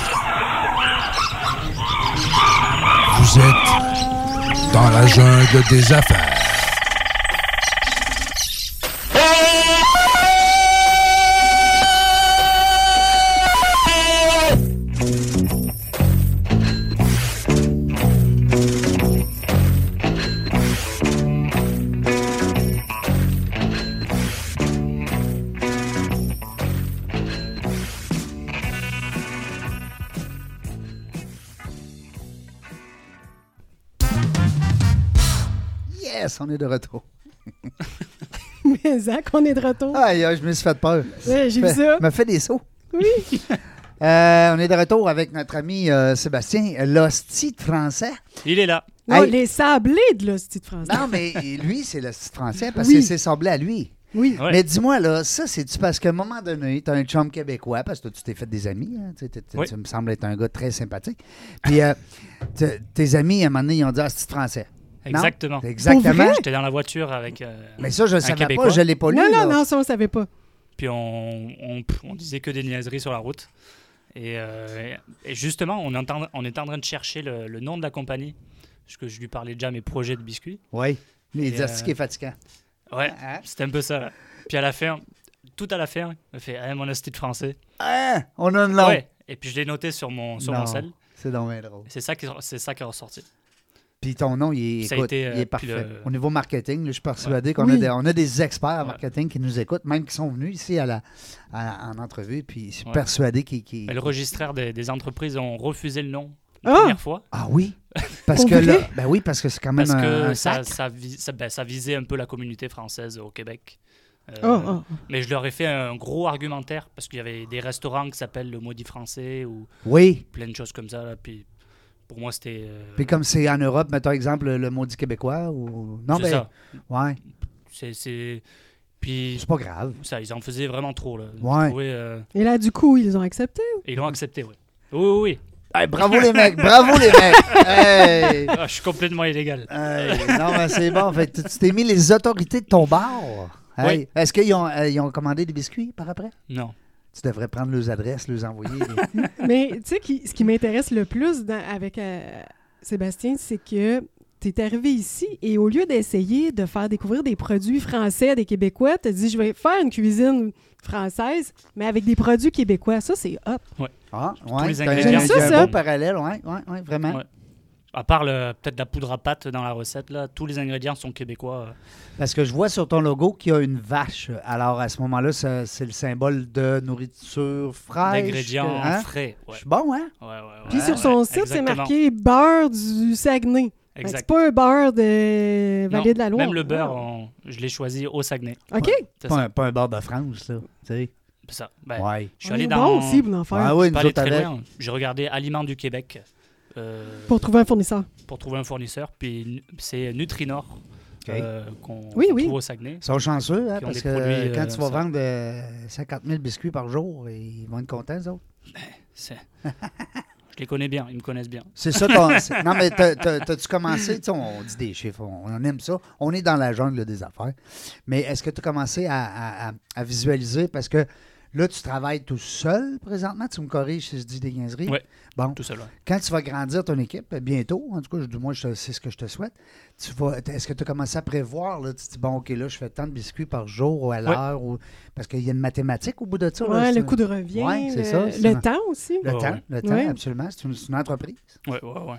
Speaker 4: Vous êtes dans la jungle des affaires.
Speaker 1: Yes, on est de retour.
Speaker 3: Mais Zach, on est de retour.
Speaker 1: Aïe, aïe, je me suis fait peur.
Speaker 3: Ouais, J'ai vu
Speaker 1: Fait-
Speaker 3: ça.
Speaker 1: m'a fait des sauts.
Speaker 3: Oui.
Speaker 1: Euh, on est de retour avec notre ami euh, Sébastien, l'hostie de français.
Speaker 2: Il est là.
Speaker 3: Non,
Speaker 1: Hey. Ah,
Speaker 3: les sablés de l'hostie de France.
Speaker 1: Non, mais lui, c'est l'hostie de français parce
Speaker 3: Oui.
Speaker 1: que c'est semblé à lui.
Speaker 3: Oui.
Speaker 2: Ouais.
Speaker 1: Mais dis-moi, là, ça, c'est-tu parce qu'à un moment donné, t'as un chum québécois, parce que toi, tu t'es fait des amis, hein, tu sais, t'es- t'es-
Speaker 2: Oui.
Speaker 1: tu me sembles être un gars très sympathique. Puis euh, te- tes amis, à un moment donné, ils ont dit Ah, c'est français. Non?
Speaker 2: Exactement.
Speaker 1: Exactement.
Speaker 2: J'étais dans la voiture avec. euh,
Speaker 1: Mais ça, je ne savais
Speaker 2: Québécois.
Speaker 1: pas, je l'ai pas lu.
Speaker 3: Non,
Speaker 1: là.
Speaker 3: non, non, ça, on ne savait pas.
Speaker 2: Puis on, on, pff, on disait que des niaiseries sur la route. Et, euh, et justement, on, est en train- on était en train de chercher le, le nom de la compagnie. Parce que je lui parlais déjà mes projets de biscuits.
Speaker 1: Oui. Mais
Speaker 2: Et,
Speaker 1: dire ce
Speaker 2: euh,
Speaker 1: qui est fatigant.
Speaker 2: Ouais,
Speaker 1: Hein?
Speaker 2: c'était un peu ça. là. Puis à la fin, tout à la fin, il m'a fait Eh, mon hostie de français.
Speaker 1: Hein? on a une langue.
Speaker 2: Ouais. Et puis je l'ai noté sur mon, sur mon
Speaker 1: Non.
Speaker 2: sel.
Speaker 1: C'est donc bien drôle.
Speaker 2: Et C'est ça, qui- c'est ça qui est ressorti.
Speaker 1: Puis ton nom, il est,
Speaker 2: Ça a
Speaker 1: écoute,
Speaker 2: été, euh,
Speaker 1: il est parfait.
Speaker 2: puis le-
Speaker 1: Au niveau marketing, là, je suis persuadé qu'on a,
Speaker 3: Oui.
Speaker 1: des, on a des experts en
Speaker 2: Ouais.
Speaker 1: marketing qui nous écoutent, même qui sont venus ici à la, à- en entrevue, puis je suis
Speaker 2: Ouais.
Speaker 1: persuadé qu'ils... qu'ils-
Speaker 2: Mais le registraire des, des entreprises ont refusé le nom la
Speaker 3: Ah!
Speaker 2: première fois.
Speaker 1: Ah oui? Parce
Speaker 3: Pour
Speaker 1: que là,
Speaker 3: vrai?
Speaker 1: ben oui, parce que c'est quand même
Speaker 2: Parce
Speaker 1: un,
Speaker 2: que
Speaker 1: un
Speaker 2: ça,
Speaker 1: sac.
Speaker 2: ça vis- ça- ben, ça visait un peu la communauté française au Québec. Euh,
Speaker 3: Oh, oh, oh.
Speaker 2: Mais je leur ai fait un gros argumentaire parce qu'il y avait des restaurants qui s'appellent le maudit français ou
Speaker 1: Oui.
Speaker 2: plein de choses comme ça. Là, puis pour moi, c'était. euh,
Speaker 1: Puis comme c'est en Europe, mettons exemple le maudit québécois ou non
Speaker 2: c'est
Speaker 1: ben
Speaker 2: ça.
Speaker 1: ouais,
Speaker 2: C'est- c'est- Puis
Speaker 1: c'est pas grave.
Speaker 2: ça, ils en faisaient vraiment trop. Là. Je
Speaker 1: Ouais.
Speaker 2: trouvais, euh,
Speaker 3: Et là, du coup, ils ont accepté.
Speaker 2: et ils l'ont accepté, oui. Oui, oui, oui.
Speaker 1: Hey, bravo les mecs, bravo les mecs. Hey.
Speaker 2: Ah, je suis complètement illégal.
Speaker 1: Hey, non mais c'est bon, fait que tu tu t'es mis les autorités de ton bar. Hey, Est-ce qu'ils ont, euh, ils ont commandé des biscuits par après
Speaker 2: Non.
Speaker 1: Tu devrais prendre leurs adresses, les envoyer.
Speaker 3: Mais tu sais, qui- ce qui m'intéresse le plus dans- avec euh, Sébastien, c'est que tu es arrivé ici et au lieu d'essayer de faire découvrir des produits français à des Québécois, tu as dit je vais faire une cuisine française, mais avec des produits québécois. Ça, c'est hop.
Speaker 1: Ah,
Speaker 2: Tous
Speaker 1: ouais.
Speaker 2: les
Speaker 1: t'as un-
Speaker 2: ingrédients.
Speaker 1: j'ai
Speaker 3: Ça,
Speaker 1: un
Speaker 3: ça.
Speaker 1: beau parallèle, ouais, ouais, ouais, vraiment.
Speaker 2: Ouais. À part le- peut-être la poudre à pâte dans la recette, là, tous les ingrédients sont québécois. euh.
Speaker 1: Parce que je vois sur ton logo qu'il y a une vache. Alors à ce moment-là, ça- c'est le symbole de nourriture
Speaker 3: Ah,
Speaker 1: fraîche.
Speaker 2: D'ingrédients
Speaker 1: hein?
Speaker 2: frais. Ouais.
Speaker 1: Je suis bon, hein?
Speaker 2: Ouais, ouais, ouais,
Speaker 3: Puis sur
Speaker 2: ouais,
Speaker 3: son site, c'est
Speaker 2: exactement.
Speaker 3: marqué beurre du Saguenay. Fait que C'est
Speaker 2: Exact.
Speaker 3: pas un beurre de
Speaker 2: Non,
Speaker 3: Vallée de la Loire.
Speaker 2: Même le beurre,
Speaker 3: Wow.
Speaker 2: on- je l'ai choisi au Saguenay.
Speaker 3: OK.
Speaker 2: C'est
Speaker 1: Pas
Speaker 2: ça.
Speaker 1: un, pas un bar de France, là. Tu sais?
Speaker 2: c'est ça. Ben,
Speaker 1: Ouais.
Speaker 2: Je
Speaker 3: On
Speaker 2: suis allé
Speaker 3: est
Speaker 2: dans.
Speaker 3: bon aussi pour en faire.
Speaker 1: Ah oui,
Speaker 2: je suis
Speaker 1: nous
Speaker 2: pas allé
Speaker 1: autres
Speaker 2: très
Speaker 1: avec.
Speaker 2: loin. J'ai regardé Aliments du Québec euh,
Speaker 3: Pour trouver un fournisseur.
Speaker 2: pour trouver un fournisseur. Puis nu- c'est Nutrinor
Speaker 1: OK.
Speaker 2: euh, qu'on
Speaker 3: Oui,
Speaker 2: qu'on
Speaker 3: oui.
Speaker 2: trouve au Saguenay.
Speaker 1: Ils sont chanceux, hein,
Speaker 2: Qui ont
Speaker 1: parce
Speaker 2: des
Speaker 1: que
Speaker 2: produits,
Speaker 1: quand
Speaker 2: euh,
Speaker 1: tu vas
Speaker 2: ça.
Speaker 1: vendre euh, 50 000 biscuits par jour, ils vont être contents, eux autres.
Speaker 2: C'est- je les connais bien, ils me connaissent bien.
Speaker 1: C'est ça ton. c'est- non, mais t'as- t'as- t'as-tu commencé? Tu sais, on dit des chiffres, on, on aime ça. On est dans la jungle des affaires. Mais est-ce que tu as commencé à, à- à- à visualiser? Parce que là, tu travailles tout seul présentement. Tu me corriges si je dis des niaiseries.
Speaker 2: Ouais.
Speaker 1: Bon,
Speaker 2: Tout seul. ouais.
Speaker 1: quand tu vas grandir ton équipe, bientôt, en tout cas, je- du moins, je te- c'est ce que je te souhaite, tu vas, est-ce que tu as commencé à prévoir, là, tu te dis, bon, OK, là, je fais tant de biscuits par jour ou à l'heure, ou, parce qu'il y a une mathématique au bout de ça. là,
Speaker 3: Ouais,
Speaker 1: c'est-
Speaker 3: le coût de revient,
Speaker 1: Ouais, c'est
Speaker 3: le,
Speaker 1: ça, c'est
Speaker 3: le
Speaker 1: ça.
Speaker 3: temps aussi.
Speaker 1: le
Speaker 2: Ah Ouais,
Speaker 1: temps,
Speaker 2: ouais.
Speaker 1: le temps,
Speaker 3: Ouais.
Speaker 1: absolument, c'est une, c'est une entreprise.
Speaker 2: Ouais, ouais, ouais.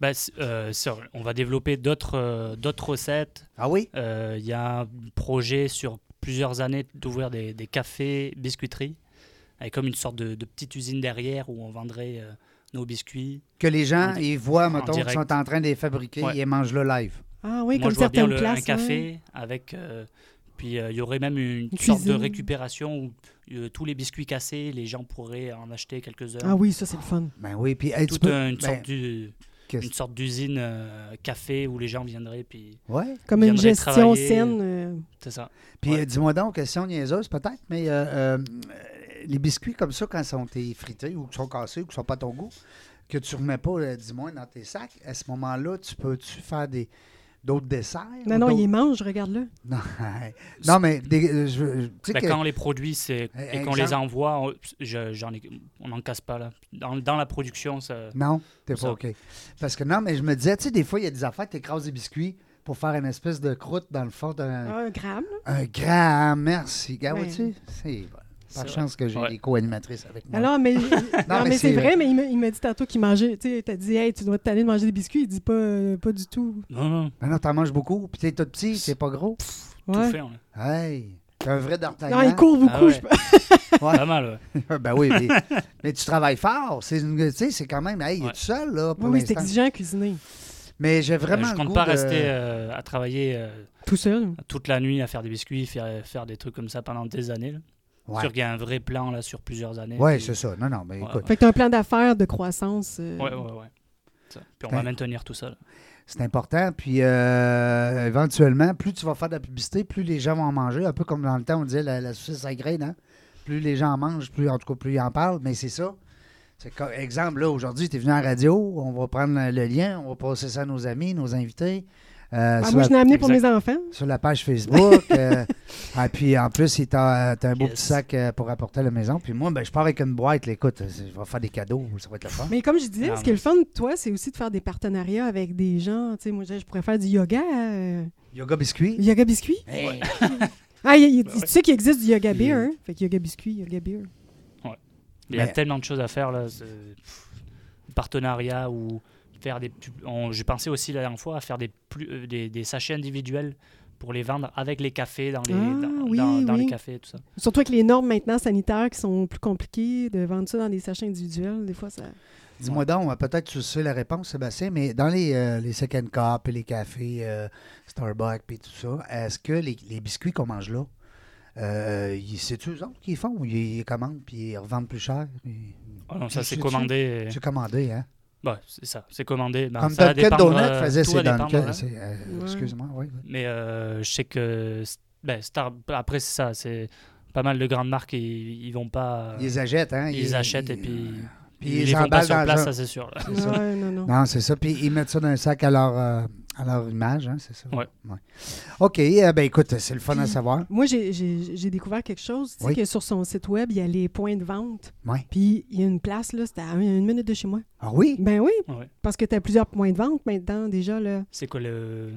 Speaker 2: Ben, c'est- euh, sur- on va développer d'autres euh, d'autres recettes.
Speaker 1: Ah oui?
Speaker 2: Euh, Il y a un projet sur plusieurs années d'ouvrir des, des cafés biscuiteries avec comme une sorte de, de petite usine derrière où on vendrait euh, nos biscuits.
Speaker 1: Que les gens,
Speaker 2: En di-
Speaker 1: ils voient,
Speaker 2: en
Speaker 1: mettons, qu'ils
Speaker 2: direct.
Speaker 1: sont en train de les fabriquer
Speaker 2: Ouais.
Speaker 1: et ils mangent le live.
Speaker 3: Ah oui,
Speaker 2: Moi,
Speaker 3: comme
Speaker 2: je vois bien
Speaker 3: certaines
Speaker 2: le,
Speaker 3: places.
Speaker 2: un
Speaker 3: ouais.
Speaker 2: café avec. euh, puis euh, il y aurait même une,
Speaker 3: Une
Speaker 2: sorte de
Speaker 3: cuisine.
Speaker 2: récupération où euh, tous les biscuits cassés, les gens pourraient en acheter quelques-uns.
Speaker 3: Ah oui, ça, c'est le fun.
Speaker 1: Ben oui, puis hey, tu
Speaker 2: Toute
Speaker 1: peux-
Speaker 2: un- une,
Speaker 1: ben,
Speaker 2: sorte du-
Speaker 1: qu'est-ce-
Speaker 2: une sorte d'usine euh, café où les gens viendraient. Puis
Speaker 1: Ouais.
Speaker 3: Comme une
Speaker 2: Viendrait
Speaker 3: gestion
Speaker 2: travailler.
Speaker 3: saine. euh,
Speaker 2: c'est ça.
Speaker 1: Puis
Speaker 2: Ouais.
Speaker 1: euh, dis-moi donc, question niaiseuse peut-être, mais euh, euh, les biscuits comme ça, quand ils sont frités ou qu'ils sont cassés ou qu'ils sont pas à ton goût, que tu remets pas, euh, dis-moi, dans tes sacs, à ce moment-là, tu peux-tu faire des d'autres desserts?
Speaker 3: Non,
Speaker 1: ou
Speaker 3: non,
Speaker 1: d'autres-
Speaker 3: il les mange, regarde-le.
Speaker 1: non, non, mais des- euh, je veux- tu sais
Speaker 2: Ben,
Speaker 1: que-
Speaker 2: Quand on les produit c'est,
Speaker 1: Euh,
Speaker 2: et qu'on les
Speaker 1: exemple.
Speaker 2: envoie, on je- j'en ai- on n'en casse pas là. Dans, dans la production, ça,
Speaker 1: Non, t'es pas
Speaker 2: Ça.
Speaker 1: OK. Parce que non, mais je me disais, tu sais, des fois, il y a des affaires, t'écrases des biscuits pour faire une espèce de croûte dans le fond d'un...
Speaker 3: Ah, Un gramme, là.
Speaker 1: Un grand merci. Gars,
Speaker 3: Ouais.
Speaker 1: tu c'est bon. Par
Speaker 2: C'est
Speaker 1: chance que j'ai
Speaker 2: Ouais.
Speaker 1: des co-animatrices avec moi.
Speaker 3: Alors, mais, non, mais,
Speaker 1: mais
Speaker 3: c'est
Speaker 1: c'est-
Speaker 3: vrai, mais il m'a- il m'a dit tantôt qu'il mangeait. Tu sais, t'as dit, hey, tu dois t'aller de manger des biscuits. Il dit pas, euh, pas du tout.
Speaker 2: non, non,
Speaker 1: Ben non, t'en manges beaucoup, puis t'es tout petit, t'es pas gros.
Speaker 2: tout
Speaker 3: Ouais.
Speaker 2: fait. on l'a.
Speaker 1: Hey, t'es un vrai d'Artagnan.
Speaker 3: Non, il court beaucoup.
Speaker 2: Ah ouais.
Speaker 3: je peux-
Speaker 1: Ouais.
Speaker 2: Pas mal. ouais.
Speaker 1: ben oui, mais, mais tu travailles fort. C'est une- tu sais, c'est quand même, hey, il est
Speaker 2: Ouais.
Speaker 1: tout seul, là, pour
Speaker 3: Oui, oui, c'est
Speaker 1: l'instant.
Speaker 3: exigeant à cuisiner.
Speaker 1: Mais j'ai vraiment
Speaker 2: Euh, je
Speaker 1: le
Speaker 2: compte
Speaker 1: goût
Speaker 2: pas
Speaker 1: de-
Speaker 2: rester euh, à travailler euh,
Speaker 3: Tout seul.
Speaker 2: toute la nuit à faire des biscuits, faire, faire des trucs comme ça pendant des années. là.
Speaker 1: Ouais,
Speaker 2: Sûr qu'il y a un vrai plan là sur plusieurs années.
Speaker 1: Ouais,
Speaker 2: puis-
Speaker 1: c'est ça. Non, non, mais
Speaker 2: Ouais,
Speaker 1: écoute,
Speaker 3: Fait que t'as un plan d'affaires de croissance. euh,
Speaker 2: Ouais, ouais, ouais. Ça. Puis on va
Speaker 1: Ouais.
Speaker 2: maintenir tout ça. là.
Speaker 1: c'est important. Puis euh, éventuellement, plus tu vas faire de la publicité, plus les gens vont en manger. Un peu comme dans le temps, on disait la, la saucisse à graines, hein. Plus les gens en mangent, plus en tout cas, plus ils en parlent. Mais c'est ça. C'est comme, exemple, là, aujourd'hui, tu es venu en radio, on va prendre le lien, on va passer ça à nos amis, nos invités. Euh,
Speaker 3: ah,
Speaker 1: sur
Speaker 3: moi,
Speaker 1: la-
Speaker 3: je l'ai amené pour mes
Speaker 2: Exact.
Speaker 3: enfants.
Speaker 1: sur la page Facebook. euh, ah, puis en plus, il t'a- t'as un beau
Speaker 2: Yes.
Speaker 1: petit sac euh, pour apporter à la maison. Puis moi, ben, je pars avec une boîte. là, écoute, c'est- je vais faire des cadeaux. Ça va être le fun.
Speaker 3: Mais comme je disais,
Speaker 2: Non,
Speaker 3: ce qui est le fun, toi, c'est aussi de faire des partenariats avec des gens. Tu sais, moi, je je pourrais faire du yoga. euh,
Speaker 1: Yoga biscuit.
Speaker 3: yoga biscuit.
Speaker 1: Hey.
Speaker 3: Ah, il- il-
Speaker 2: Ouais.
Speaker 3: tu sais qu'il existe du yoga
Speaker 1: Il-
Speaker 3: beer. hein? Fait que yoga biscuit, yoga beer.
Speaker 2: Il y a
Speaker 1: Mais-
Speaker 2: tellement de choses à faire là. c'est- pff, Partenariat ou faire des. tu- on- J'ai pensé aussi la dernière fois à faire des, plus, euh, des, des sachets individuels pour les vendre avec les cafés dans les,
Speaker 3: Ah,
Speaker 2: dans,
Speaker 3: oui,
Speaker 2: dans- dans les
Speaker 3: oui.
Speaker 2: cafés et tout ça.
Speaker 3: Surtout avec les normes maintenant sanitaires qui sont plus compliquées, de vendre ça dans des sachets individuels, des fois, ça.
Speaker 1: Dis-moi donc, hein, peut-être que tu sais la réponse, Sébastien, mais dans les, euh, les second cup et les cafés, euh, Starbucks et tout ça, est-ce que les, les biscuits qu'on mange là, euh, ils- c'est-tu eux autres qui les font ou ils, ils commandent puis ils revendent plus cher? Ils-
Speaker 2: Ah non, ça
Speaker 1: Tu-
Speaker 2: c'est
Speaker 1: tu-
Speaker 2: commandé.
Speaker 1: C'est commandé, hein?
Speaker 2: Ouais, c'est ça, c'est commandé. Ben,
Speaker 1: Comme
Speaker 2: ça va
Speaker 1: Dunkin'
Speaker 2: dépendre,
Speaker 1: Donut
Speaker 2: euh,
Speaker 1: faisait
Speaker 2: tout
Speaker 1: ses
Speaker 2: va dépendre,
Speaker 1: Dunkin'.
Speaker 2: hein.
Speaker 1: c'est, euh,
Speaker 3: Ouais.
Speaker 1: Excuse-moi, oui. oui.
Speaker 2: Mais euh, je sais que. ben, Star- Après, c'est ça, c'est pas mal de grandes marques, ils, ils vont pas.
Speaker 1: Ils les achètent, hein?
Speaker 2: ils les achètent et puis.
Speaker 1: Puis
Speaker 2: ils
Speaker 1: ils
Speaker 2: les font pas
Speaker 1: emballent
Speaker 2: sur
Speaker 1: dans
Speaker 2: place,
Speaker 1: un-
Speaker 2: ça c'est sûr. là.
Speaker 1: C'est ça.
Speaker 3: Ouais, non, non.
Speaker 1: Non, c'est ça. Puis ils mettent ça dans un sac à leur, euh, à leur image, hein, c'est ça?
Speaker 2: Ouais.
Speaker 1: OK. euh, ben écoute, c'est le fun à savoir.
Speaker 3: Moi, j'ai- j'ai j'ai découvert quelque chose. Tu sais
Speaker 1: Oui.
Speaker 3: que sur son site web, il y a les points de vente.
Speaker 1: Ouais.
Speaker 3: Puis il y a une place, là, c'était à une minute de chez moi.
Speaker 1: Ah oui?
Speaker 3: Ben oui,
Speaker 2: Ouais.
Speaker 3: parce que tu as plusieurs points de vente maintenant, déjà, là.
Speaker 2: C'est quoi le.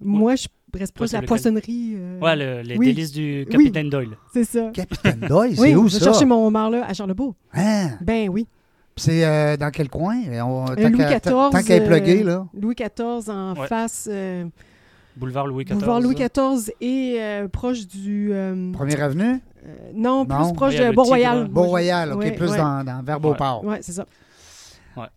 Speaker 3: Moi, je
Speaker 2: Toi,
Speaker 3: reste proche de la
Speaker 2: c'est lequel?
Speaker 3: poissonnerie. euh,
Speaker 2: Ouais, le- les
Speaker 3: Oui.
Speaker 2: délices du Capitaine Doyle.
Speaker 3: C'est ça.
Speaker 1: Capitaine Doyle,
Speaker 3: Oui,
Speaker 1: c'est où
Speaker 3: je
Speaker 1: ça?
Speaker 3: vais chercher mon homard, là, à Charlebourg.
Speaker 1: Hein?
Speaker 3: Ben oui.
Speaker 1: Puis C'est euh, dans quel coin? Et on-
Speaker 3: Euh,
Speaker 1: tant
Speaker 3: Louis
Speaker 1: qu'à- tant-
Speaker 3: XIV.
Speaker 1: Tant qu'elle est
Speaker 3: euh,
Speaker 1: pluguée, là.
Speaker 3: Louis XIV en
Speaker 2: Ouais. hein.
Speaker 3: face. euh,
Speaker 2: Boulevard Louis XIV.
Speaker 3: boulevard Louis XIV et euh, proche du. euh,
Speaker 1: Première avenue?
Speaker 3: euh, non, plus
Speaker 1: Non.
Speaker 3: proche
Speaker 2: Il y a
Speaker 3: de
Speaker 2: le
Speaker 3: Bourg-Royal.
Speaker 2: Tigre.
Speaker 1: Beau-Royal, OK,
Speaker 3: Ouais,
Speaker 1: plus
Speaker 3: ouais.
Speaker 1: dans, dans vers Beauport.
Speaker 3: Ouais, c'est ça.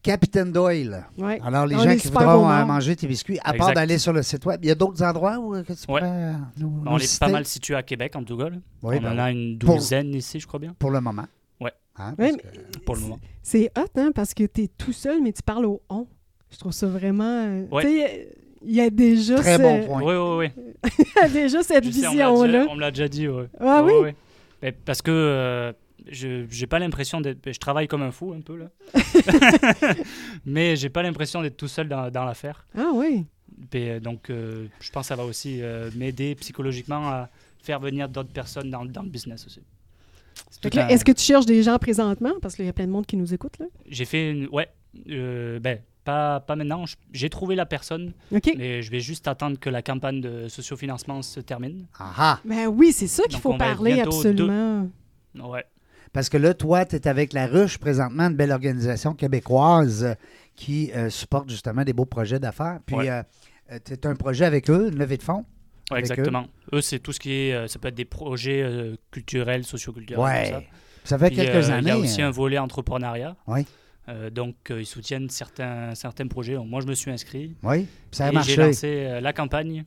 Speaker 1: Capitaine Doyle.
Speaker 3: Ouais.
Speaker 1: Alors, les
Speaker 3: On
Speaker 1: gens
Speaker 3: est
Speaker 1: qui
Speaker 3: super
Speaker 1: voudront
Speaker 3: gourmands.
Speaker 1: euh, manger tes biscuits, à part
Speaker 2: Exact.
Speaker 1: d'aller sur le site web, il y a d'autres endroits où euh, que tu
Speaker 2: Ouais.
Speaker 1: pourrais euh, nous,
Speaker 2: On
Speaker 1: nous
Speaker 2: est
Speaker 1: citer?
Speaker 2: pas mal situé à Québec, en tout cas. là.
Speaker 1: Oui,
Speaker 2: on
Speaker 1: ben
Speaker 2: en
Speaker 1: oui.
Speaker 2: a une
Speaker 1: Pour-
Speaker 2: douzaine ici, je crois bien,
Speaker 1: Pour le moment.
Speaker 2: Ouais.
Speaker 1: Hein,
Speaker 3: Ouais,
Speaker 1: parce que-
Speaker 2: pour le moment.
Speaker 3: C'est hot, hein, parce que t'es tout seul, mais tu parles au on. Je trouve ça vraiment. euh,
Speaker 2: Ouais.
Speaker 3: Tu sais, il y a déjà,
Speaker 1: Très
Speaker 3: ce-
Speaker 1: bon point.
Speaker 2: Oui, oui, oui.
Speaker 3: il y a déjà cette
Speaker 2: Je sais, on me l'a déjà-
Speaker 3: vision-là.
Speaker 2: on me l'a déjà dit, ouais.
Speaker 3: Ah
Speaker 2: Ouais,
Speaker 3: oui?
Speaker 2: ouais. Mais parce que euh, je j'ai pas l'impression d'être. Je travaille comme un fou un peu là. Mais j'ai pas l'impression d'être tout seul dans, dans l'affaire.
Speaker 3: Ah oui.
Speaker 2: Et, euh, donc euh, je pense que ça va aussi euh, m'aider psychologiquement à faire venir d'autres personnes dans, dans le business aussi. C'est
Speaker 3: Fait
Speaker 2: tout
Speaker 3: que là,
Speaker 2: un-
Speaker 3: Est-ce que tu cherches des gens présentement? Parce qu'il y a plein de monde qui nous écoute, là.
Speaker 2: J'ai fait une. Ouais. euh, ben, pas, pas maintenant. Je- J'ai trouvé la personne,
Speaker 3: OK.
Speaker 2: mais je vais juste attendre que la campagne de sociofinancement se termine.
Speaker 1: Ah ah!
Speaker 3: Ben oui, c'est ça qu'il
Speaker 2: Donc,
Speaker 3: faut
Speaker 2: on va être
Speaker 3: parler,
Speaker 2: bientôt
Speaker 3: absolument.
Speaker 2: Ouais.
Speaker 1: Parce que là, toi, tu es avec La Ruche présentement, une belle organisation québécoise euh, qui euh, supporte justement des beaux projets d'affaires. Puis,
Speaker 2: Ouais.
Speaker 1: tu un projet avec eux, une levée de fonds.
Speaker 2: Ouais,
Speaker 1: avec eux.
Speaker 2: exactement. Eux, c'est tout ce qui est. euh, ça peut être des projets euh, culturels, socioculturels.
Speaker 1: Ouais.
Speaker 2: comme ça.
Speaker 1: Ça fait
Speaker 2: Puis,
Speaker 1: quelques
Speaker 2: euh,
Speaker 1: années.
Speaker 2: Il y a aussi
Speaker 1: euh,
Speaker 2: un volet entrepreneuriat.
Speaker 1: Oui.
Speaker 2: Euh, donc, euh, ils soutiennent certains, certains projets. Donc, moi, je me suis inscrit.
Speaker 1: Oui, puis ça a
Speaker 2: et
Speaker 1: marché.
Speaker 2: J'ai lancé euh, la campagne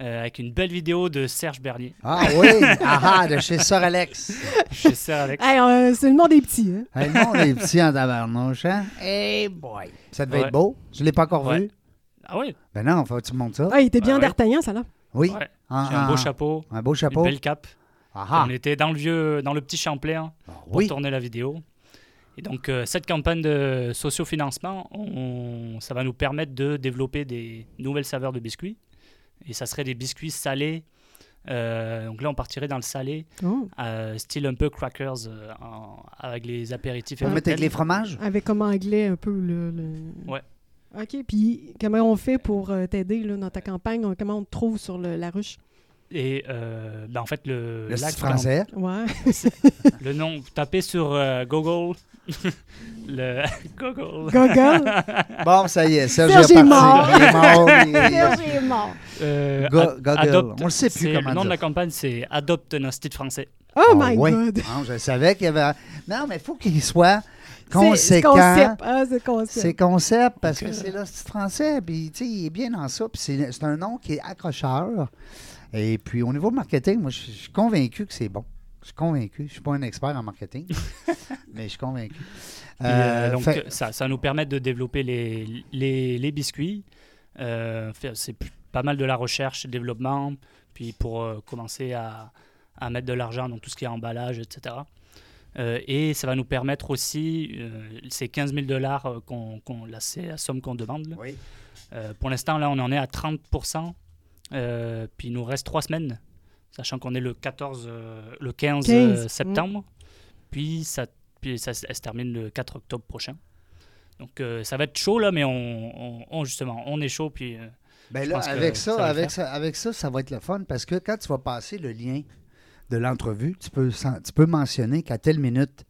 Speaker 2: euh, avec une belle vidéo de Serge Bernier.
Speaker 1: Ah oui, ah, ah, de chez Sœur Alex.
Speaker 2: Chez Serge Alex.
Speaker 3: Hey, on- c'est le monde des petits. hein.
Speaker 1: Hey, le monde est petit en tabarnouche, hein? Hey boy! Ça devait
Speaker 2: Ouais.
Speaker 1: être beau. Je ne l'ai pas encore
Speaker 2: Ouais.
Speaker 1: vu.
Speaker 2: Ah ouais,
Speaker 1: Ben non, faut que tu me montres ça.
Speaker 3: Ah, il était bien
Speaker 2: Ah ouais.
Speaker 3: d'Artagnan, ça, là.
Speaker 1: Oui.
Speaker 2: ouais.
Speaker 1: Ah,
Speaker 2: J'ai un beau
Speaker 1: ah,
Speaker 2: chapeau,
Speaker 1: Un beau
Speaker 2: une
Speaker 1: chapeau.
Speaker 2: belle cape.
Speaker 1: Ah, ah.
Speaker 2: On était dans le vieux, dans le petit Champlain hein,
Speaker 1: Ah,
Speaker 2: pour
Speaker 1: oui.
Speaker 2: tourner la vidéo. Et donc, euh, cette campagne de sociofinancement, on, ça va nous permettre de développer des nouvelles saveurs de biscuits. Et ça serait des biscuits salés. Euh, donc là, on partirait dans le salé,
Speaker 3: Oh.
Speaker 2: euh, style un peu crackers, euh, en- avec les apéritifs. et
Speaker 1: Faut mettre avec les fromages?
Speaker 3: Avec comme anglais un peu le. le-
Speaker 2: Ouais.
Speaker 3: OK. Puis comment on fait pour euh, t'aider là, dans ta campagne? On- Comment on te trouve sur le- la ruche?
Speaker 2: Et euh, ben, en fait, le,
Speaker 1: Le
Speaker 2: la
Speaker 1: style français.
Speaker 3: Ouais.
Speaker 2: camp- le nom, vous tapez sur euh, Google. le Google.
Speaker 3: Google.
Speaker 1: Bon, ça y est, Serge
Speaker 3: Serge
Speaker 1: est parti.
Speaker 3: est mort.
Speaker 1: Il est mort. il est-
Speaker 3: Serge est mort.
Speaker 2: Euh,
Speaker 1: Go-
Speaker 2: ad-
Speaker 1: Google.
Speaker 2: adopte-
Speaker 1: On le sait plus
Speaker 2: c'est-
Speaker 1: comment
Speaker 2: Le nom
Speaker 1: dire.
Speaker 2: de la campagne, c'est Adopte un style français.
Speaker 3: Oh
Speaker 1: Ah
Speaker 3: my
Speaker 1: ouais.
Speaker 3: God.
Speaker 1: Non, je savais qu'il y avait. Non, mais il faut qu'il soit
Speaker 3: C'est- c'est
Speaker 1: conséquent.
Speaker 3: concept. Ah, c'est concept.
Speaker 1: C'est concept parce que c'est le style français. Puis, tu sais, il est bien dans ça. Puis, c'est c'est un nom qui est accrocheur. Et puis, au niveau marketing, moi, je je suis convaincu que c'est bon. Je suis convaincu. Je ne suis pas un expert en marketing, mais je suis convaincu.
Speaker 2: Et,
Speaker 1: Euh,
Speaker 2: euh, donc,
Speaker 1: fait-
Speaker 2: ça, ça nous permet de développer les, les, les biscuits. Euh, faire- c'est p- pas mal de la recherche et développement, puis pour euh, commencer à, à mettre de l'argent dans tout ce qui est emballage, etc. Euh, et ça va nous permettre aussi, euh, ces 15 000 dollars, euh, qu'on, qu'on- là, c'est la somme qu'on demande. là.
Speaker 1: Oui.
Speaker 2: Euh, pour l'instant, là, on en est à 30%, euh, puis il nous reste trois semaines, sachant qu'on est le 14, euh, le 15,
Speaker 3: 15,
Speaker 2: euh, septembre, puis, ça, puis ça, se- elle se termine le 4 octobre prochain. Donc euh, ça va être chaud là, mais on, on- on- justement, on est chaud, puis euh,
Speaker 1: Ben
Speaker 2: Je
Speaker 1: là,
Speaker 2: pense que
Speaker 1: avec ça,
Speaker 2: ça va le
Speaker 1: avec
Speaker 2: faire.
Speaker 1: ça, avec ça, ça va être le fun parce que quand tu vas passer le lien de l'entrevue, tu peux, sen- tu peux mentionner qu'à telle minute,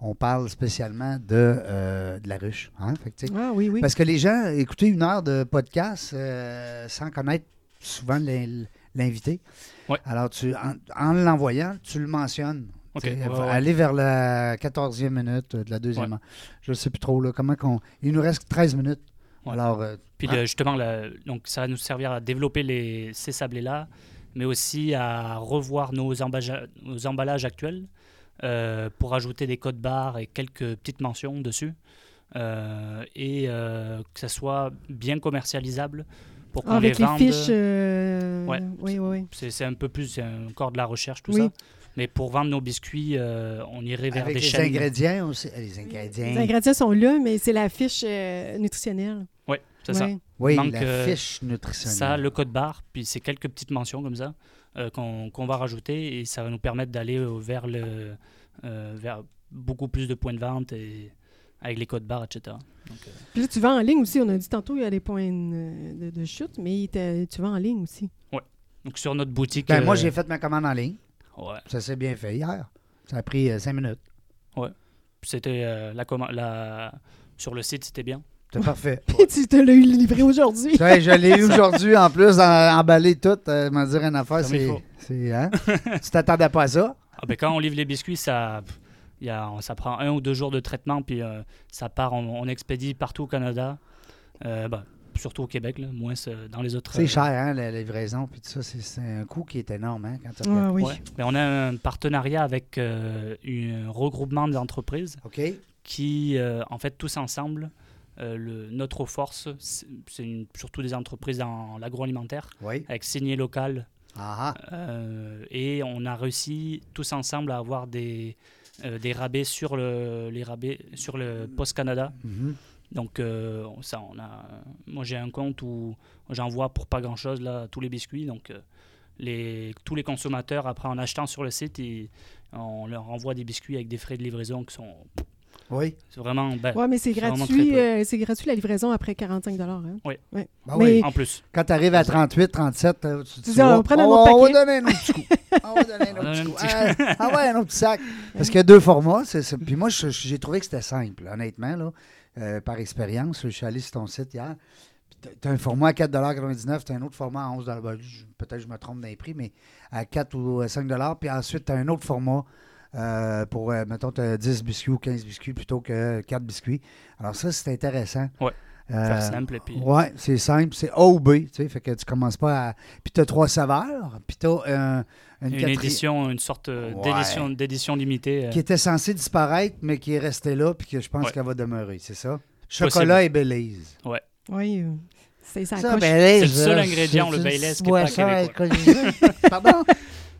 Speaker 1: on parle spécialement de, euh, de la ruche. hein. Fait que, tu sais,
Speaker 3: Ah oui, oui.
Speaker 1: Parce que les gens écouter une heure de podcast euh, sans connaître souvent l'in- l'invité.
Speaker 2: Ouais.
Speaker 1: Alors, tu, en, en l'envoyant, tu le mentionnes.
Speaker 2: Ok,
Speaker 1: Tu sais,
Speaker 2: ouais,
Speaker 1: faut
Speaker 2: ouais.
Speaker 1: Aller vers la 14e minute euh, de la deuxième.
Speaker 2: Ouais.
Speaker 1: heure. Je ne sais plus trop là, comment qu'on. Il nous reste 13 minutes.
Speaker 2: Ouais.
Speaker 1: Alors, euh,
Speaker 2: puis
Speaker 1: Ah.
Speaker 2: le- justement, la- donc ça va nous servir à développer les, ces sablés là, mais aussi à revoir nos, embaja- nos emballages actuels euh, pour ajouter des codes barres et quelques petites mentions dessus. Euh, et euh, que ça soit bien commercialisable pour qu'on
Speaker 3: Ah, avec
Speaker 2: les
Speaker 3: les,
Speaker 2: vende.
Speaker 3: fiches. euh,
Speaker 2: Ouais.
Speaker 3: Oui, oui, oui.
Speaker 2: C'est c'est un peu plus, c'est encore de la recherche, tout
Speaker 3: Oui.
Speaker 2: ça. Mais pour vendre nos biscuits, euh, on irait vers
Speaker 1: avec
Speaker 2: des
Speaker 1: les
Speaker 2: chaînes.
Speaker 1: ingrédients aussi. euh, Les ingrédients.
Speaker 3: Les ingrédients sont là, mais c'est la fiche euh, nutritionnelle.
Speaker 2: Oui, c'est ça.
Speaker 3: Ouais.
Speaker 1: Oui,
Speaker 2: manque,
Speaker 1: la
Speaker 2: euh,
Speaker 1: fiche nutritionnelle.
Speaker 2: Ça, le code barre, puis c'est quelques petites mentions comme ça euh, qu'on qu'on va rajouter et ça va nous permettre d'aller euh, vers, le, euh, vers beaucoup plus de points de vente et avec les codes barres, etc.
Speaker 3: Puis là, tu vends en ligne aussi. On a dit tantôt, il y a des points euh, de, de chute, mais t'as- tu vends en ligne aussi.
Speaker 2: Donc sur notre boutique.
Speaker 1: Ben, Moi,
Speaker 2: euh,
Speaker 1: j'ai fait ma commande en ligne.
Speaker 2: ouais,
Speaker 1: Ça s'est bien fait hier. Ça a pris 5 minutes.
Speaker 2: c'était euh, la, comma- la sur le site, c'était bien.
Speaker 1: C'était parfait.
Speaker 3: Puis tu te l'as eu livré aujourd'hui.
Speaker 1: Ça, je l'ai eu aujourd'hui en plus, en- emballé tout. Euh, m'en dire une affaire,
Speaker 2: Comme il
Speaker 1: c'est.
Speaker 2: faut.
Speaker 1: c'est- hein? tu t'attendais pas à ça?
Speaker 2: Ah ben, quand on livre les biscuits, ça, pff, y a- ça prend un ou deux jours de traitement, puis euh, ça part, on, on expédie partout au Canada, Euh, bah, surtout au Québec, là, moins euh, dans les autres.
Speaker 1: C'est
Speaker 2: euh,
Speaker 1: cher, hein, la la livraison. Puis tout ça, c'est- c'est un coût qui est énorme, hein, quand tu regardes.
Speaker 3: Ah, oui.
Speaker 2: ouais. Mais on a un partenariat avec euh, un regroupement d'entreprises
Speaker 1: OK?
Speaker 2: qui, euh, en fait, tous ensemble, euh, le, notre force, c'est c'est une- surtout des entreprises dans l'agroalimentaire,
Speaker 1: Oui.
Speaker 2: avec signé local,
Speaker 1: Ah, ah.
Speaker 2: Euh, et on a réussi tous ensemble à avoir des, euh, des rabais sur le, les rabais sur le Post Canada.
Speaker 1: Mhm.
Speaker 2: Donc euh, on- ça, on a. Moi, j'ai un compte où j'envoie pour pas grand chose là tous les biscuits. Donc euh, les, tous les consommateurs après en achetant sur le site, ils- on leur envoie des biscuits avec des frais de livraison qui sont
Speaker 1: Oui.
Speaker 2: C'est vraiment. ben,
Speaker 3: Oui, mais c'est
Speaker 2: c'est vraiment
Speaker 3: gratuit,
Speaker 2: très
Speaker 3: euh, c'est gratuit la livraison après 45 hein.
Speaker 1: Ben
Speaker 3: Mais-
Speaker 1: oui.
Speaker 2: En plus.
Speaker 1: Quand tu arrives à 38, 37, euh, tu te
Speaker 3: dis, on prend un autre
Speaker 1: on va
Speaker 3: paquet.
Speaker 1: donner un autre petit coup. On va donner un
Speaker 2: On donne
Speaker 1: autre petit
Speaker 2: un
Speaker 1: coup.
Speaker 2: petit
Speaker 1: Ah, ah ouais, un autre petit sac. Parce qu'il y a deux formats. c'est- c'est- Puis moi, je- j'ai trouvé que c'était simple, honnêtement, là, euh, par expérience. Je suis allé sur ton site hier. Tu as un format à 4,99 tu as un autre format à 11 Ben, je- Peut-être que je me trompe dans les prix, mais à 4 ou à 5 Puis ensuite, tu as un autre format euh, pour, euh, mettons, t'as 10 biscuits ou 15 biscuits plutôt que 4 biscuits. Alors ça, c'est intéressant.
Speaker 2: Ouais. Faire
Speaker 1: Euh,
Speaker 2: simple. et Puis,
Speaker 1: Ouais, c'est simple, c'est A ou B, tu sais, fait que tu commences pas à... Puis t'as trois saveurs, puis t'as euh, une,
Speaker 2: une
Speaker 1: quatrième
Speaker 2: édition, une sorte euh,
Speaker 1: Ouais.
Speaker 2: d'édition, d'édition limitée. euh,
Speaker 1: qui était censée disparaître, mais qui est restée là, puis que je pense
Speaker 2: Ouais.
Speaker 1: qu'elle va demeurer, c'est ça? Chocolat et Belize.
Speaker 3: Oui, euh, c'est ça.
Speaker 1: Ça, ben,
Speaker 3: coche.
Speaker 1: Belize,
Speaker 2: C'est le seul
Speaker 1: là,
Speaker 2: ingrédient,
Speaker 1: c'est-
Speaker 2: le
Speaker 1: tu
Speaker 2: Belize, qui est
Speaker 1: bois
Speaker 2: pas
Speaker 1: ça avec- Pardon?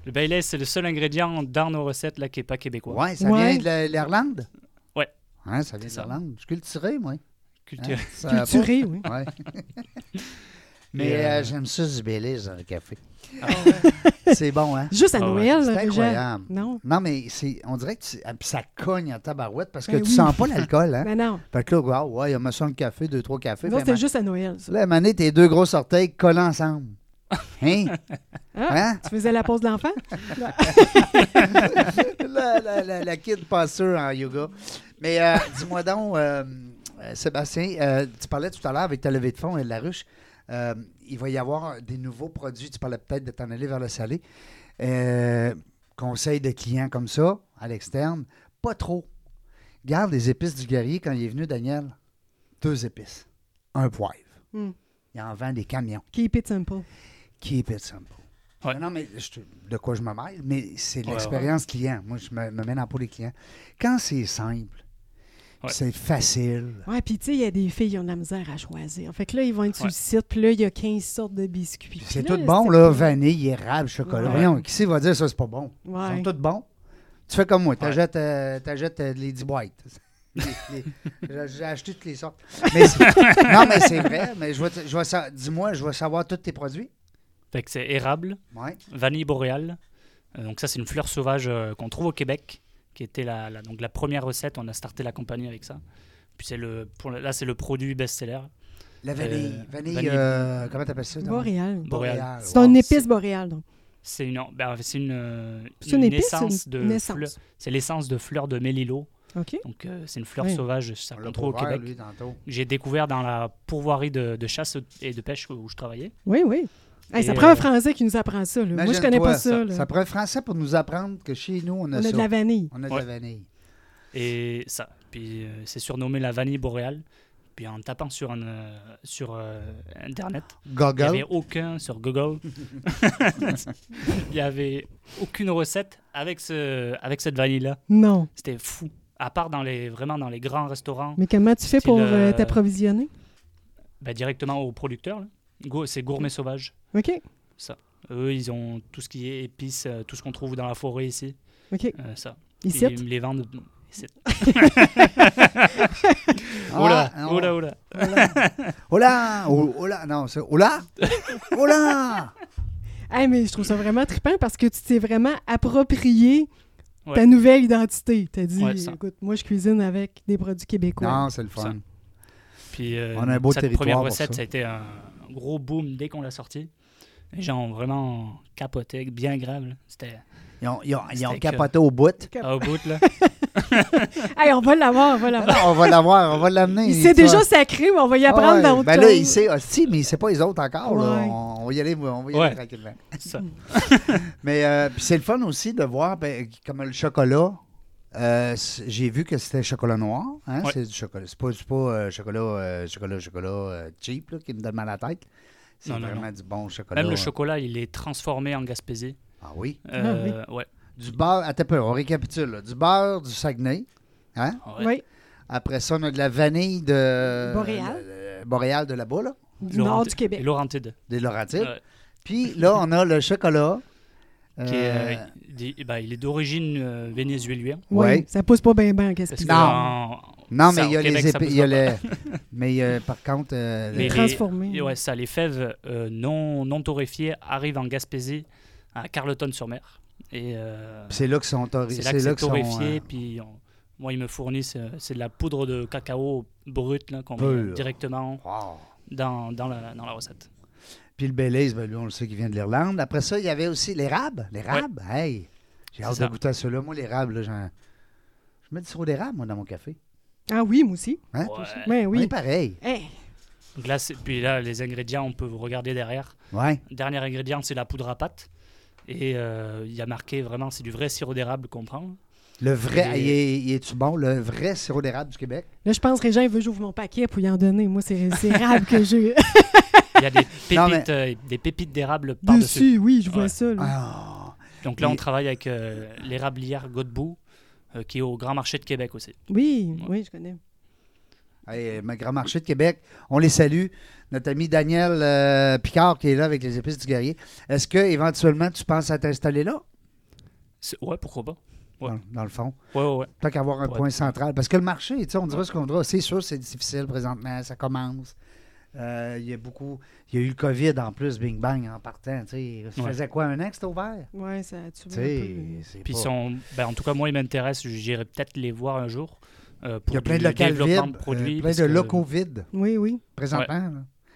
Speaker 2: Le Baileys, c'est le seul ingrédient dans nos recettes là, qui n'est pas québécois.
Speaker 1: Ouais, ça
Speaker 3: Ouais.
Speaker 1: vient de la- l'Irlande?
Speaker 2: Ouais.
Speaker 1: Hein, ça vient de
Speaker 2: C'est ça.
Speaker 1: l'Irlande. Je suis culturé, moi.
Speaker 2: Culture-
Speaker 1: Hein, ça a
Speaker 3: Culturé, oui.
Speaker 1: pas- ouais.
Speaker 2: Et,
Speaker 1: Mais
Speaker 2: euh,
Speaker 1: euh, j'aime ça du Belize dans le café. c'est bon, hein?
Speaker 3: Juste à
Speaker 2: Ah ouais.
Speaker 3: Noël,
Speaker 1: C'est
Speaker 3: là, déjà.
Speaker 1: incroyable.
Speaker 3: Non.
Speaker 1: Non, mais c'est, on dirait que tu- ah, puis ça cogne en tabarouette parce que
Speaker 3: Ben
Speaker 1: tu
Speaker 3: oui.
Speaker 1: sens pas l'alcool. Hein?
Speaker 3: Ben non.
Speaker 1: Fait que là, wow, ouais, il y a un café, deux, trois cafés.
Speaker 3: Non,
Speaker 1: puis à
Speaker 3: c'était
Speaker 1: ma-
Speaker 3: juste à Noël, ça.
Speaker 1: Là, à un moment donné, tes deux grosses orteils collent ensemble. Hein? hein?
Speaker 3: Tu faisais la pause de l'enfant?
Speaker 1: la, la, la- la kid pas sûre en yoga. Mais euh, dis-moi donc, euh, euh, Sébastien, euh, tu parlais tout à l'heure avec ta levée de fonds et de la ruche. euh, il va y avoir des nouveaux produits. Tu parlais peut-être de t'en aller vers le salé. Euh, conseil de clients comme ça, à l'externe, pas trop. Garde les épices du guerrier quand il est venu, Daniel. Deux épices. Un poivre.
Speaker 3: Hmm.
Speaker 1: Il en vend des camions.
Speaker 3: Keep it simple.
Speaker 1: Keep it simple.
Speaker 2: Ouais.
Speaker 1: Non, mais je te- de quoi je me mêle, mais c'est
Speaker 2: Ouais,
Speaker 1: l'expérience client. Moi, je me, me mets dans la peau des clients. Quand c'est simple,
Speaker 2: Ouais.
Speaker 1: c'est facile.
Speaker 3: Ouais, puis tu sais, il y a des filles qui ont de la misère à choisir. Fait que là, ils vont être sur
Speaker 2: Ouais.
Speaker 3: le site, puis là, il y a 15 sortes de biscuits.
Speaker 1: Puis C'est
Speaker 3: Puis là,
Speaker 1: tout bon,
Speaker 3: c'est
Speaker 1: là.
Speaker 3: pas-
Speaker 1: Vanille, érable, chocolat.
Speaker 3: Ouais.
Speaker 1: Voyons, qui c'est va dire ça, c'est pas bon? Ils
Speaker 3: Ouais.
Speaker 1: sont tous bons. Tu fais comme moi, t'achètes euh, t'achètes, euh, les 10 boîtes. Les- les- J'ai j'ai acheté toutes les sortes. Mais c'est- non, mais c'est vrai. Mais je vais te- je vais sa- Dis-moi, je vais savoir tous tes produits.
Speaker 2: Fait que c'est érable,
Speaker 1: Ouais.
Speaker 2: vanille boréale. Euh, donc ça, c'est une fleur sauvage euh, qu'on trouve au Québec, qui était la, la- donc la première recette. On a starté la compagnie avec ça. Puis c'est le, pour le- là, c'est le produit best-seller.
Speaker 1: La vanille.
Speaker 2: Euh,
Speaker 1: vanille,
Speaker 2: vanille.
Speaker 1: euh, comment t'appelles ça? donc?
Speaker 3: Boréal.
Speaker 2: Boréale.
Speaker 3: C'est une
Speaker 1: wow.
Speaker 3: épice boréale, donc.
Speaker 2: C'est une, ben, c'est une, euh,
Speaker 3: C'est une épice,
Speaker 2: essence
Speaker 3: c'est
Speaker 2: de
Speaker 3: une naissance.
Speaker 2: fleur- C'est l'essence de fleur de mélilo.
Speaker 3: OK?
Speaker 2: Donc euh, c'est une fleur
Speaker 3: Oui.
Speaker 2: sauvage, ça
Speaker 1: On
Speaker 2: qu'on
Speaker 1: l'a
Speaker 2: trouve au
Speaker 1: couvert,
Speaker 2: Québec.
Speaker 1: lui, tantôt.
Speaker 2: J'ai découvert dans la pourvoirie de, de chasse et de pêche où je travaillais.
Speaker 3: Oui, oui. Hey, ça
Speaker 2: Et,
Speaker 3: prend
Speaker 2: euh,
Speaker 3: un Français qui nous apprend ça. là. Moi, je connais
Speaker 1: Imagine-toi,
Speaker 3: pas ça. là.
Speaker 1: Ça prend un français pour nous apprendre que chez nous, on
Speaker 3: On
Speaker 1: a,
Speaker 3: a
Speaker 1: ça.
Speaker 3: de la vanille.
Speaker 1: On a de
Speaker 2: Ouais.
Speaker 1: la vanille.
Speaker 2: Et ça. Puis euh, c'est surnommé la vanille boréale. Puis en tapant sur, un, euh, sur euh, Internet, il n'y
Speaker 3: Eh
Speaker 1: Goggle.
Speaker 2: avait aucun sur Google. il n'y avait aucune recette avec, ce, avec cette vanille-là.
Speaker 3: Non.
Speaker 2: C'était fou. À part dans les, vraiment dans les grands restaurants,
Speaker 3: Mais comment tu fais
Speaker 2: Style,
Speaker 3: pour euh,
Speaker 2: euh,
Speaker 3: t'approvisionner?
Speaker 2: bah, directement aux producteurs. là. Go- C'est Gourmet Sauvage.
Speaker 3: OK.
Speaker 2: Eux, ils ont tout ce qui est épices, euh, tout ce qu'on trouve dans la forêt ici.
Speaker 3: OK.
Speaker 2: Euh, ça.
Speaker 3: Ici.
Speaker 2: Ils me les vendent. ici.
Speaker 1: Ah,
Speaker 2: Oula,
Speaker 1: non.
Speaker 2: oula, oula.
Speaker 1: Oula! ou- Oula! Non, c'est Oula! Oula!
Speaker 3: Hey, mais je trouve ça vraiment trippant parce que tu t'es vraiment approprié ta
Speaker 2: Ouais.
Speaker 3: nouvelle identité. Tu as dit,
Speaker 2: Ouais, ça.
Speaker 3: écoute, moi, je cuisine avec des produits québécois.
Speaker 1: Non, c'est le fun.
Speaker 2: Puis euh,
Speaker 1: On a un beau
Speaker 2: cette
Speaker 1: territoire
Speaker 2: première
Speaker 1: pour
Speaker 2: recette,
Speaker 1: ça.
Speaker 2: ça. a été un gros boom dès qu'on l'a sorti. Les gens ont vraiment capoté, bien grave. là. C'était
Speaker 1: Ils ont, ils ont- ils ont
Speaker 2: C'était
Speaker 1: capoté au bout.
Speaker 2: au bout là.
Speaker 3: Hey, on va l'avoir, on va
Speaker 1: Non,
Speaker 3: l'avoir.
Speaker 1: non, on va l'avoir, on va l'amener.
Speaker 3: Il s'est
Speaker 1: tu vois.
Speaker 3: déjà sacré, mais on va y apprendre
Speaker 1: Ah Ben, ouais.
Speaker 3: dans autre
Speaker 1: Ben là,
Speaker 3: chose.
Speaker 1: il sait, hostie, mais il sait pas les autres encore. là.
Speaker 3: Ouais.
Speaker 1: On, on va y aller, on va y aller
Speaker 2: Ouais.
Speaker 1: tranquillement.
Speaker 2: Ça.
Speaker 1: Mais euh, puis c'est le fun aussi de voir ben, comme le chocolat. euh, c- j'ai vu que c'était chocolat noir, hein,
Speaker 2: Ouais.
Speaker 1: c'est du chocolat. C'est pas, c'est pas euh, chocolat, euh, chocolat, chocolat euh, cheap là, qui me donne mal à la tête. C'est
Speaker 2: Non, non,
Speaker 1: vraiment du bon chocolat.
Speaker 2: Même le
Speaker 1: hein.
Speaker 2: chocolat, il est transformé en Gaspésie.
Speaker 1: Ah oui.
Speaker 2: Euh, ouais.
Speaker 1: Du beurre, attends un peu, on récapitule. là. Du beurre du Saguenay. Hein?
Speaker 2: Ouais.
Speaker 3: Oui,
Speaker 1: Après ça, on a de la vanille de.
Speaker 3: Boréal.
Speaker 1: euh, boréal de là-bas, là,
Speaker 3: du nord du
Speaker 2: Et
Speaker 3: Québec.
Speaker 2: Laurentide.
Speaker 1: des Laurentides.
Speaker 2: Ouais.
Speaker 1: Puis là, on a le chocolat.
Speaker 2: Qui est, euh,
Speaker 1: euh,
Speaker 2: il- bah, il est d'origine euh, vénézuélienne.
Speaker 1: Ouais.
Speaker 3: Oui, ça pousse pas bien ben, bien en Gaspésie.
Speaker 2: Parce que
Speaker 1: Non.
Speaker 2: en-
Speaker 1: Non, mais
Speaker 2: ça,
Speaker 1: il y a
Speaker 2: au Québec,
Speaker 1: les
Speaker 2: ça
Speaker 1: épées.
Speaker 2: pousse
Speaker 1: il y a
Speaker 2: pas.
Speaker 1: les- Mais euh, par contre, euh,
Speaker 2: Mais les-
Speaker 3: Transformé.
Speaker 2: et ouais, ça, les fèves euh, non, non torréfiées arrivent en Gaspésie, à Carleton-sur-Mer. Et euh,
Speaker 1: c'est là que sont tori-
Speaker 2: c'est là que c'est
Speaker 1: sont,
Speaker 2: torréfié.
Speaker 1: euh,
Speaker 2: Puis on, Moi, ils me fournissent, euh, c'est de la poudre de cacao brute là, qu'on
Speaker 1: Pur.
Speaker 2: met directement
Speaker 1: Wow.
Speaker 2: dans, dans, la, dans la recette.
Speaker 1: Puis le Baileys, ben, lui, on le sait qu'il vient de l'Irlande. Après ça, il y avait aussi l'érable. L'érable, hey! J'ai
Speaker 2: C'est
Speaker 1: hâte de
Speaker 2: ça.
Speaker 1: goûter à ceux-là. Moi, l'érable, là, j'en- je mets du sirop d'érable, moi, dans mon café.
Speaker 3: Ah oui, moi aussi.
Speaker 1: Hein?
Speaker 2: Ouais.
Speaker 3: Ben
Speaker 1: On est
Speaker 3: oui.
Speaker 1: pareil.
Speaker 3: Hey,
Speaker 2: Donc là, c'est- puis là, les ingrédients, on peut vous regarder derrière.
Speaker 1: Ouais.
Speaker 2: Dernier ingrédient, c'est la poudre à pâte. Et euh, il y a marqué vraiment, c'est du vrai sirop d'érable qu'on prend.
Speaker 1: Le vrai,
Speaker 2: Et-
Speaker 1: il est- il est-tu bon? Le vrai sirop d'érable du Québec?
Speaker 3: là, je pense que Régent, il veut que j'ouvre mon paquet pour y en donner. Moi, c'est c'est rare que j'ai
Speaker 2: Il y a des pépites,
Speaker 1: Non, mais-
Speaker 2: euh, des pépites d'érable par-dessus.
Speaker 3: dessus. Oui, je vois
Speaker 2: Ouais.
Speaker 3: ça. là.
Speaker 1: Ah!
Speaker 2: Donc là,
Speaker 1: Mais-
Speaker 2: on travaille avec euh, l'érablière Godbout, euh, qui est au Grand Marché de Québec aussi.
Speaker 3: Oui, oui, je connais.
Speaker 1: Hey, euh, ma grand marché de Québec, on les salue. Notre ami Daniel euh, Picard qui est là avec les épices du guerrier. Est-ce que éventuellement tu penses à t'installer là?
Speaker 2: C'est- Ouais, pourquoi pas Ouais.
Speaker 1: Dans, dans le fond.
Speaker 2: Ouais, ouais, ouais.
Speaker 1: Tant qu'à avoir un
Speaker 2: Ouais.
Speaker 1: point central. Parce que le marché, tu sais, on dira ce qu'on voudra. C'est sûr, c'est difficile présentement. Ça commence. Euh, Il y a beaucoup. Il y a eu le COVID en plus, Bing Bang, en partant. Tu sais, ça
Speaker 2: Ouais.
Speaker 1: faisait quoi, un an que c'était ouvert?
Speaker 3: Oui, ça a tué un
Speaker 1: Tu
Speaker 3: peu.
Speaker 1: sais, c'est
Speaker 2: Puis
Speaker 1: pas-
Speaker 2: ils sont- ben, en tout cas, moi, ils m'intéressent. J'irai peut-être les voir un jour. euh,
Speaker 1: Il
Speaker 2: pour
Speaker 1: y a plein
Speaker 2: du
Speaker 1: de locales
Speaker 2: développement
Speaker 1: vides,
Speaker 2: de
Speaker 1: euh,
Speaker 2: produits,
Speaker 1: plein
Speaker 2: parce
Speaker 1: de
Speaker 2: que-
Speaker 1: locaux vides
Speaker 3: Oui, oui.
Speaker 1: présentement. là.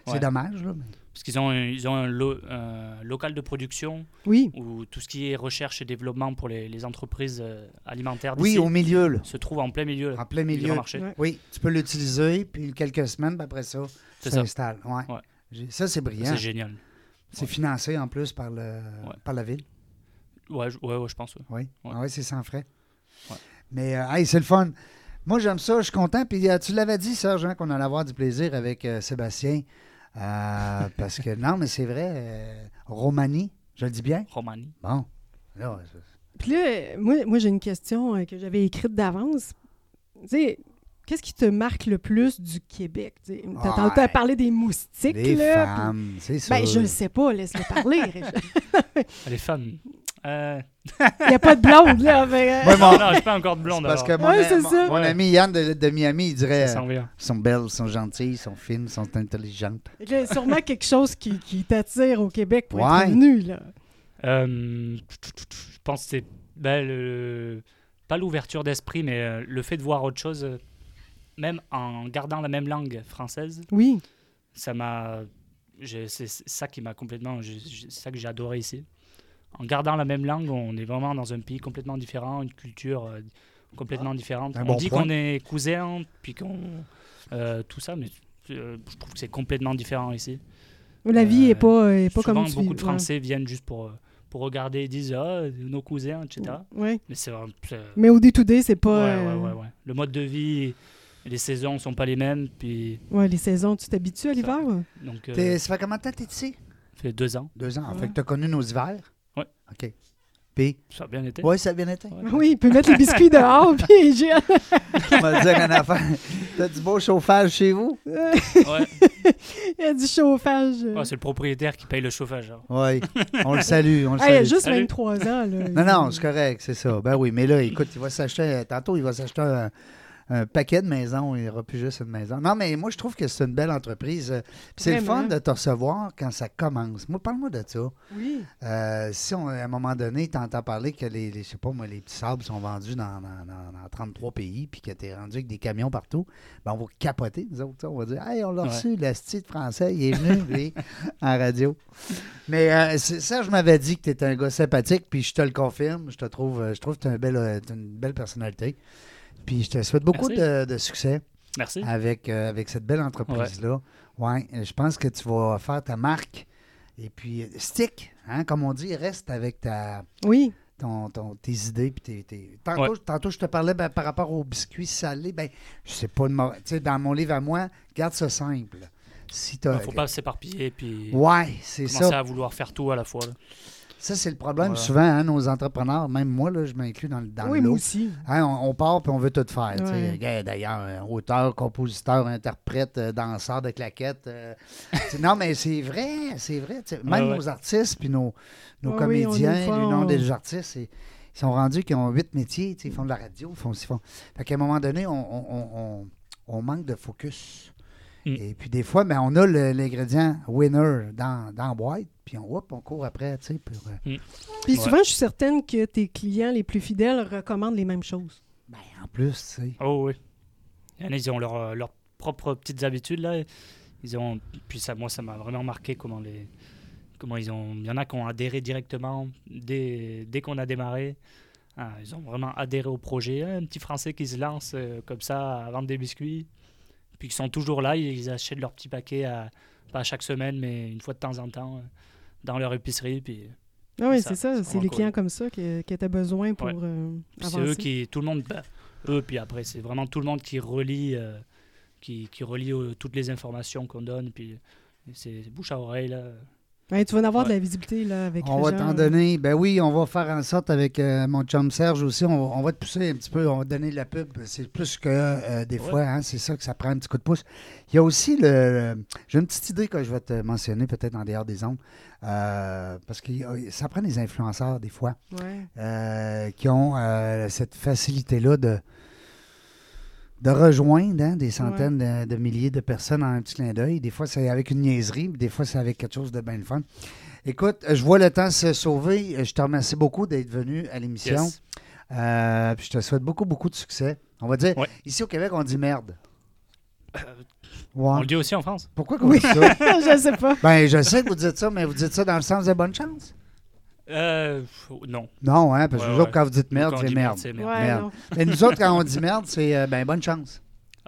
Speaker 1: C'est
Speaker 2: Ouais.
Speaker 1: dommage, là. mais-
Speaker 2: Parce qu'ils ont, un- ils ont un lo- un local de production
Speaker 3: Oui.
Speaker 2: où tout ce qui est recherche et développement pour les, les entreprises euh, alimentaires
Speaker 1: Oui,
Speaker 2: d'ici
Speaker 1: au milieu, là.
Speaker 2: se trouve en plein milieu euh,
Speaker 1: En plein
Speaker 2: du
Speaker 1: milieu.
Speaker 2: grand marché.
Speaker 3: Ouais.
Speaker 1: Oui, tu peux l'utiliser, puis quelques semaines, puis après ça, tu
Speaker 2: C'est ça.
Speaker 1: t'installes. Ouais.
Speaker 2: Ouais.
Speaker 1: J'ai- Ça, c'est brillant.
Speaker 2: C'est génial.
Speaker 1: C'est financé en plus par, le, par la ville.
Speaker 2: Ouais, je- ouais, ouais, je pense. ouais.
Speaker 1: Oui,
Speaker 2: Ouais.
Speaker 1: Ah ouais, c'est sans frais.
Speaker 2: Ouais.
Speaker 1: Mais euh, hey, c'est le fun. Moi, j'aime ça, je suis content. Puis euh, tu l'avais dit, Serge, hein, qu'on allait avoir du plaisir avec euh, Sébastien. Euh, parce que, non, mais c'est vrai, euh, Romanie, je le dis bien.
Speaker 2: Romani.
Speaker 1: Bon. Là, c'est-
Speaker 3: Puis là, euh, moi, moi j'ai une question euh, que j'avais écrite d'avance. Tu sais, qu'est-ce qui te marque le plus du Québec? Tu sais, T'as t'as-
Speaker 1: Ouais.
Speaker 3: t'as parlé des moustiques,
Speaker 1: les
Speaker 3: là. puis-
Speaker 1: femmes, c'est sûr.
Speaker 3: Ben, je le sais pas, laisse-le parler. Régent.
Speaker 2: Les femmes. Euh,
Speaker 3: Il n'y a pas de blonde, là. mais, euh,
Speaker 1: Ouais,
Speaker 2: non,
Speaker 1: mon-
Speaker 2: non, j'ai pas encore de blonde.
Speaker 1: parce que
Speaker 2: alors.
Speaker 1: mon,
Speaker 3: Ouais, c'est
Speaker 1: mon-
Speaker 3: ça.
Speaker 1: mon ami Yann de, de Miami, il dirait
Speaker 2: Ça
Speaker 1: euh,
Speaker 2: s'en vient.
Speaker 1: sont belles, sont gentilles, sont fines, sont intelligentes.
Speaker 3: fait que là, sûrement quelque chose qui, qui t'attire au Québec pour
Speaker 1: Ouais.
Speaker 3: être venu, là.
Speaker 2: Euh, je pense que c'est ben, le- pas l'ouverture d'esprit, mais euh, le fait de voir autre chose, euh, même en gardant la même langue française,
Speaker 3: Oui.
Speaker 2: ça m'a. j'ai- C'est c'est ça qui m'a complètement. j'ai- j'ai- C'est ça que j'ai adoré ici. En gardant la même langue, on est vraiment dans un pays complètement différent, une culture euh, complètement différente.
Speaker 1: Ah, un
Speaker 2: on
Speaker 1: bon
Speaker 2: dit
Speaker 1: point.
Speaker 2: qu'on est cousins, puis qu'on. euh, tout ça, mais euh, je trouve que c'est complètement différent ici.
Speaker 3: La vie n'est
Speaker 2: Euh,
Speaker 3: pas, est pas
Speaker 2: Souvent,
Speaker 3: comme tu
Speaker 2: beaucoup de
Speaker 3: ouais.
Speaker 2: Français viennent juste pour, euh, pour regarder et disent Ah, nos cousins, etc.
Speaker 3: Ouais.
Speaker 2: Mais c'est vraiment. c'est-
Speaker 3: Mais au day-to-day, c'est
Speaker 2: ouais,
Speaker 3: pas...
Speaker 2: ouais,
Speaker 3: euh,
Speaker 2: ouais, ouais. Le mode de vie, les saisons sont pas les mêmes. Puis,
Speaker 3: ouais, les saisons, tu t'habitues à l'hiver? hein? ouais?
Speaker 2: donc, euh,
Speaker 1: T'es- Ça fait combien de temps que t'es ici?
Speaker 2: ça fait deux ans,
Speaker 1: Deux ans.
Speaker 3: Ouais.
Speaker 1: Fait que t'as connu nos hivers?
Speaker 2: Ouais.
Speaker 1: OK. Puis,
Speaker 2: ça a bien été.
Speaker 1: oui, ça a bien été.
Speaker 2: Ouais.
Speaker 3: Oui, il peut mettre les biscuits dehors, puis il gère.
Speaker 1: On va dire une affaire. T'as du beau chauffage chez vous?
Speaker 2: Ouais.
Speaker 3: Il y a du chauffage.
Speaker 2: Ouais, Ah, c'est le propriétaire qui paye le chauffage. hein.
Speaker 1: Oui. On le salue, on le
Speaker 3: Ah, il a
Speaker 1: salue.
Speaker 3: juste
Speaker 2: Salut.
Speaker 3: 23 ans, là.
Speaker 1: Non, non, c'est correct, c'est ça. Ben oui, mais là, écoute, il va s'acheter, euh, tantôt, il va s'acheter un, un paquet de maisons, il n'aura plus juste une maison. Non, mais moi, je trouve que c'est une belle entreprise. Euh, puis C'est le
Speaker 3: Vraiment.
Speaker 1: fun de te recevoir quand ça commence. Moi, parle-moi de ça.
Speaker 3: Oui.
Speaker 1: Euh, si on- à un moment donné, tu entends parler que les, les- je sais pas moi, les petits sables sont vendus dans, dans- dans- dans 33 pays puis que tu es rendu avec des camions partout, ben on va capoter, nous autres. tu sais, On va dire Hey, on l'a
Speaker 2: Ouais.
Speaker 1: reçu, le style français, il est venu, lui, en radio. Mais euh, c'est- Serge m'avait dit que tu étais un gars sympathique, puis je te le confirme. Je te trouve, euh, je trouve que tu as une belle personnalité. Puis je te souhaite beaucoup
Speaker 2: Merci.
Speaker 1: de, de succès
Speaker 2: Merci.
Speaker 1: avec, euh, avec cette belle entreprise-là. Ouais. euh, je pense que tu vas faire ta marque. Et puis, euh, stick, hein, comme on dit, reste avec ta,
Speaker 3: Oui.
Speaker 1: ton, ton- tes idées. Puis tes, tes- Tantôt, tantôt, je te parlais ben, par rapport aux biscuits salés. Ben, je sais pas, de mo- tu sais, dans mon livre à moi, garde ça simple. Si t'as-
Speaker 2: Faut pas s'éparpiller puis
Speaker 1: Ouais, c'est
Speaker 2: commencer
Speaker 1: ça.
Speaker 2: à vouloir faire tout à la fois. là.
Speaker 1: Ça, c'est le problème
Speaker 2: Voilà.
Speaker 1: souvent, hein, nos entrepreneurs, même moi, là, je m'inclus dans, le- dans
Speaker 3: oui,
Speaker 1: le
Speaker 3: moi
Speaker 1: lot.
Speaker 3: aussi.
Speaker 1: Hein, on, on part puis on veut tout faire. tu sais.
Speaker 3: Ouais.
Speaker 1: Regarde, D'ailleurs, euh, auteur, compositeur, interprète, euh, danseur de claquettes. euh, tu sais, non, mais c'est vrai, c'est vrai. tu sais. Même
Speaker 2: Ouais, ouais.
Speaker 1: nos artistes puis nos, nos
Speaker 3: Ouais, oui, on
Speaker 1: comédiens,
Speaker 3: est fort,
Speaker 1: les noms
Speaker 3: on-
Speaker 1: des artistes, c'est- ils sont rendus qu'ils ont huit métiers. tu sais, Ils font de la radio, ils font, ils font... Fait qu'à un moment donné, on, on- on- on- on manque de focus.
Speaker 2: Mm.
Speaker 1: Et puis des fois, ben, on a le- l'ingrédient winner dans, dans la boîte, puis on, hop, on court après, tu sais, pour, euh,
Speaker 3: Puis
Speaker 2: Ouais.
Speaker 3: souvent, je suis certaine que tes clients les plus fidèles recommandent les mêmes choses.
Speaker 1: Ben, en plus, tu sais.
Speaker 2: Oh oui. Il y en a, ils ont leur, euh, leurs propres petites habitudes, là. Ils ont... Puis ça, moi, ça m'a vraiment marqué comment les... Comment ils ont... Il y en a qui ont adhéré directement dès, dès qu'on a démarré. Ah, ils ont vraiment adhéré au projet. Eh, Un petit Français qui se lance euh, comme ça à vendre des biscuits. Puis ils sont toujours là, ils achètent leur petit paquet, à, pas chaque semaine, mais une fois de temps en temps, euh, dans leur épicerie. Puis
Speaker 3: Ah oui,
Speaker 2: Ça,
Speaker 3: c'est ça.
Speaker 2: c'est
Speaker 3: C'est
Speaker 2: vraiment
Speaker 3: les
Speaker 2: cool.
Speaker 3: clients comme ça que, que tu as besoin pour
Speaker 2: Ouais.
Speaker 3: euh,
Speaker 2: Puis
Speaker 3: avancer.
Speaker 2: c'est eux qui, tout le monde, ben, eux, puis après, c'est vraiment tout le monde qui relie, euh, qui, qui relie euh, toutes les informations qu'on donne, puis c'est bouche à oreille, là.
Speaker 3: Ouais, tu vas en avoir de
Speaker 2: Ouais.
Speaker 3: la visibilité là, avec
Speaker 1: On
Speaker 3: les
Speaker 1: va
Speaker 3: gens,
Speaker 1: t'en
Speaker 3: là.
Speaker 1: donner. Ben oui, on va faire en sorte avec euh, mon chum Serge aussi. On, on va te pousser un petit peu. On va te donner de la pub. C'est plus que euh, des
Speaker 2: Ouais.
Speaker 1: fois, hein, c'est ça que ça prend un petit coup de pouce. Il y a aussi le. le- J'ai une petite idée que je vais te mentionner peut-être en dehors des ondes. euh, parce que ça prend des influenceurs des fois
Speaker 3: Ouais.
Speaker 1: euh, qui ont euh, cette facilité-là de, de rejoindre hein, des centaines de, de milliers de personnes en un petit clin d'œil. Des fois, c'est avec une niaiserie, puis des fois, c'est avec quelque chose de bien le fun. Écoute, je vois le temps se sauver. Je te remercie beaucoup d'être venu à l'émission.
Speaker 2: Yes.
Speaker 1: Euh, puis je te souhaite beaucoup, beaucoup de succès. On va dire,
Speaker 2: Ouais.
Speaker 1: ici au Québec, on dit merde.
Speaker 2: On
Speaker 1: Ouais.
Speaker 2: le dit aussi en France.
Speaker 1: Pourquoi qu'on dit ça?
Speaker 3: je sais pas.
Speaker 1: Ben, je sais que vous dites ça, mais vous dites ça dans le sens de bonne chance.
Speaker 2: Euh, pff, non.
Speaker 1: Non, hein, parce que
Speaker 2: Ouais,
Speaker 1: vous autres,
Speaker 2: ouais.
Speaker 1: quand vous dites merde,
Speaker 2: Quand on
Speaker 1: c'est
Speaker 2: dit
Speaker 1: merde.
Speaker 2: c'est
Speaker 3: Ouais,
Speaker 2: merde.
Speaker 1: Merde.
Speaker 3: non.
Speaker 1: Mais nous autres, quand on dit merde, c'est euh, ben bonne chance.
Speaker 2: Ah,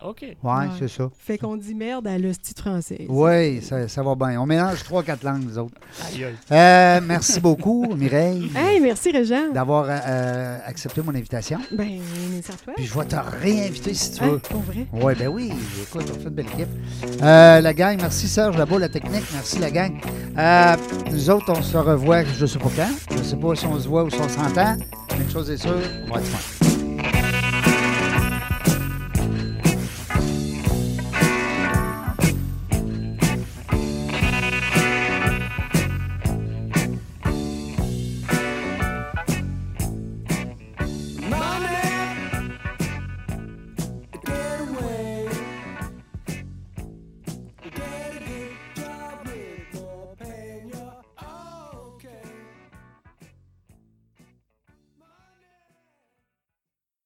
Speaker 2: Ok.
Speaker 1: Ouais,
Speaker 3: Ouais.
Speaker 1: c'est ça.
Speaker 3: Fait qu'on dit merde à l'hostie de français.
Speaker 1: Oui, ça, ça va bien. On mélange trois, quatre langues, nous autres.
Speaker 2: Aïe, aïe.
Speaker 1: Euh, merci beaucoup, Mireille,
Speaker 3: Hey, merci Régent.
Speaker 1: d'avoir euh, accepté mon invitation.
Speaker 3: Ben, mais ça toi.
Speaker 1: Puis je vais te réinviter si tu
Speaker 3: Hein,
Speaker 1: veux.
Speaker 3: pour vrai.
Speaker 1: Oui, ben oui, écoute, on fait une belle équipe. Euh, la gang, merci Serge Labo, la technique, merci la gang. Euh, nous autres, on se revoit, je sais pas quand, je sais pas si on se voit ou si on s'entend. mais Une chose est sûre, on va être fin.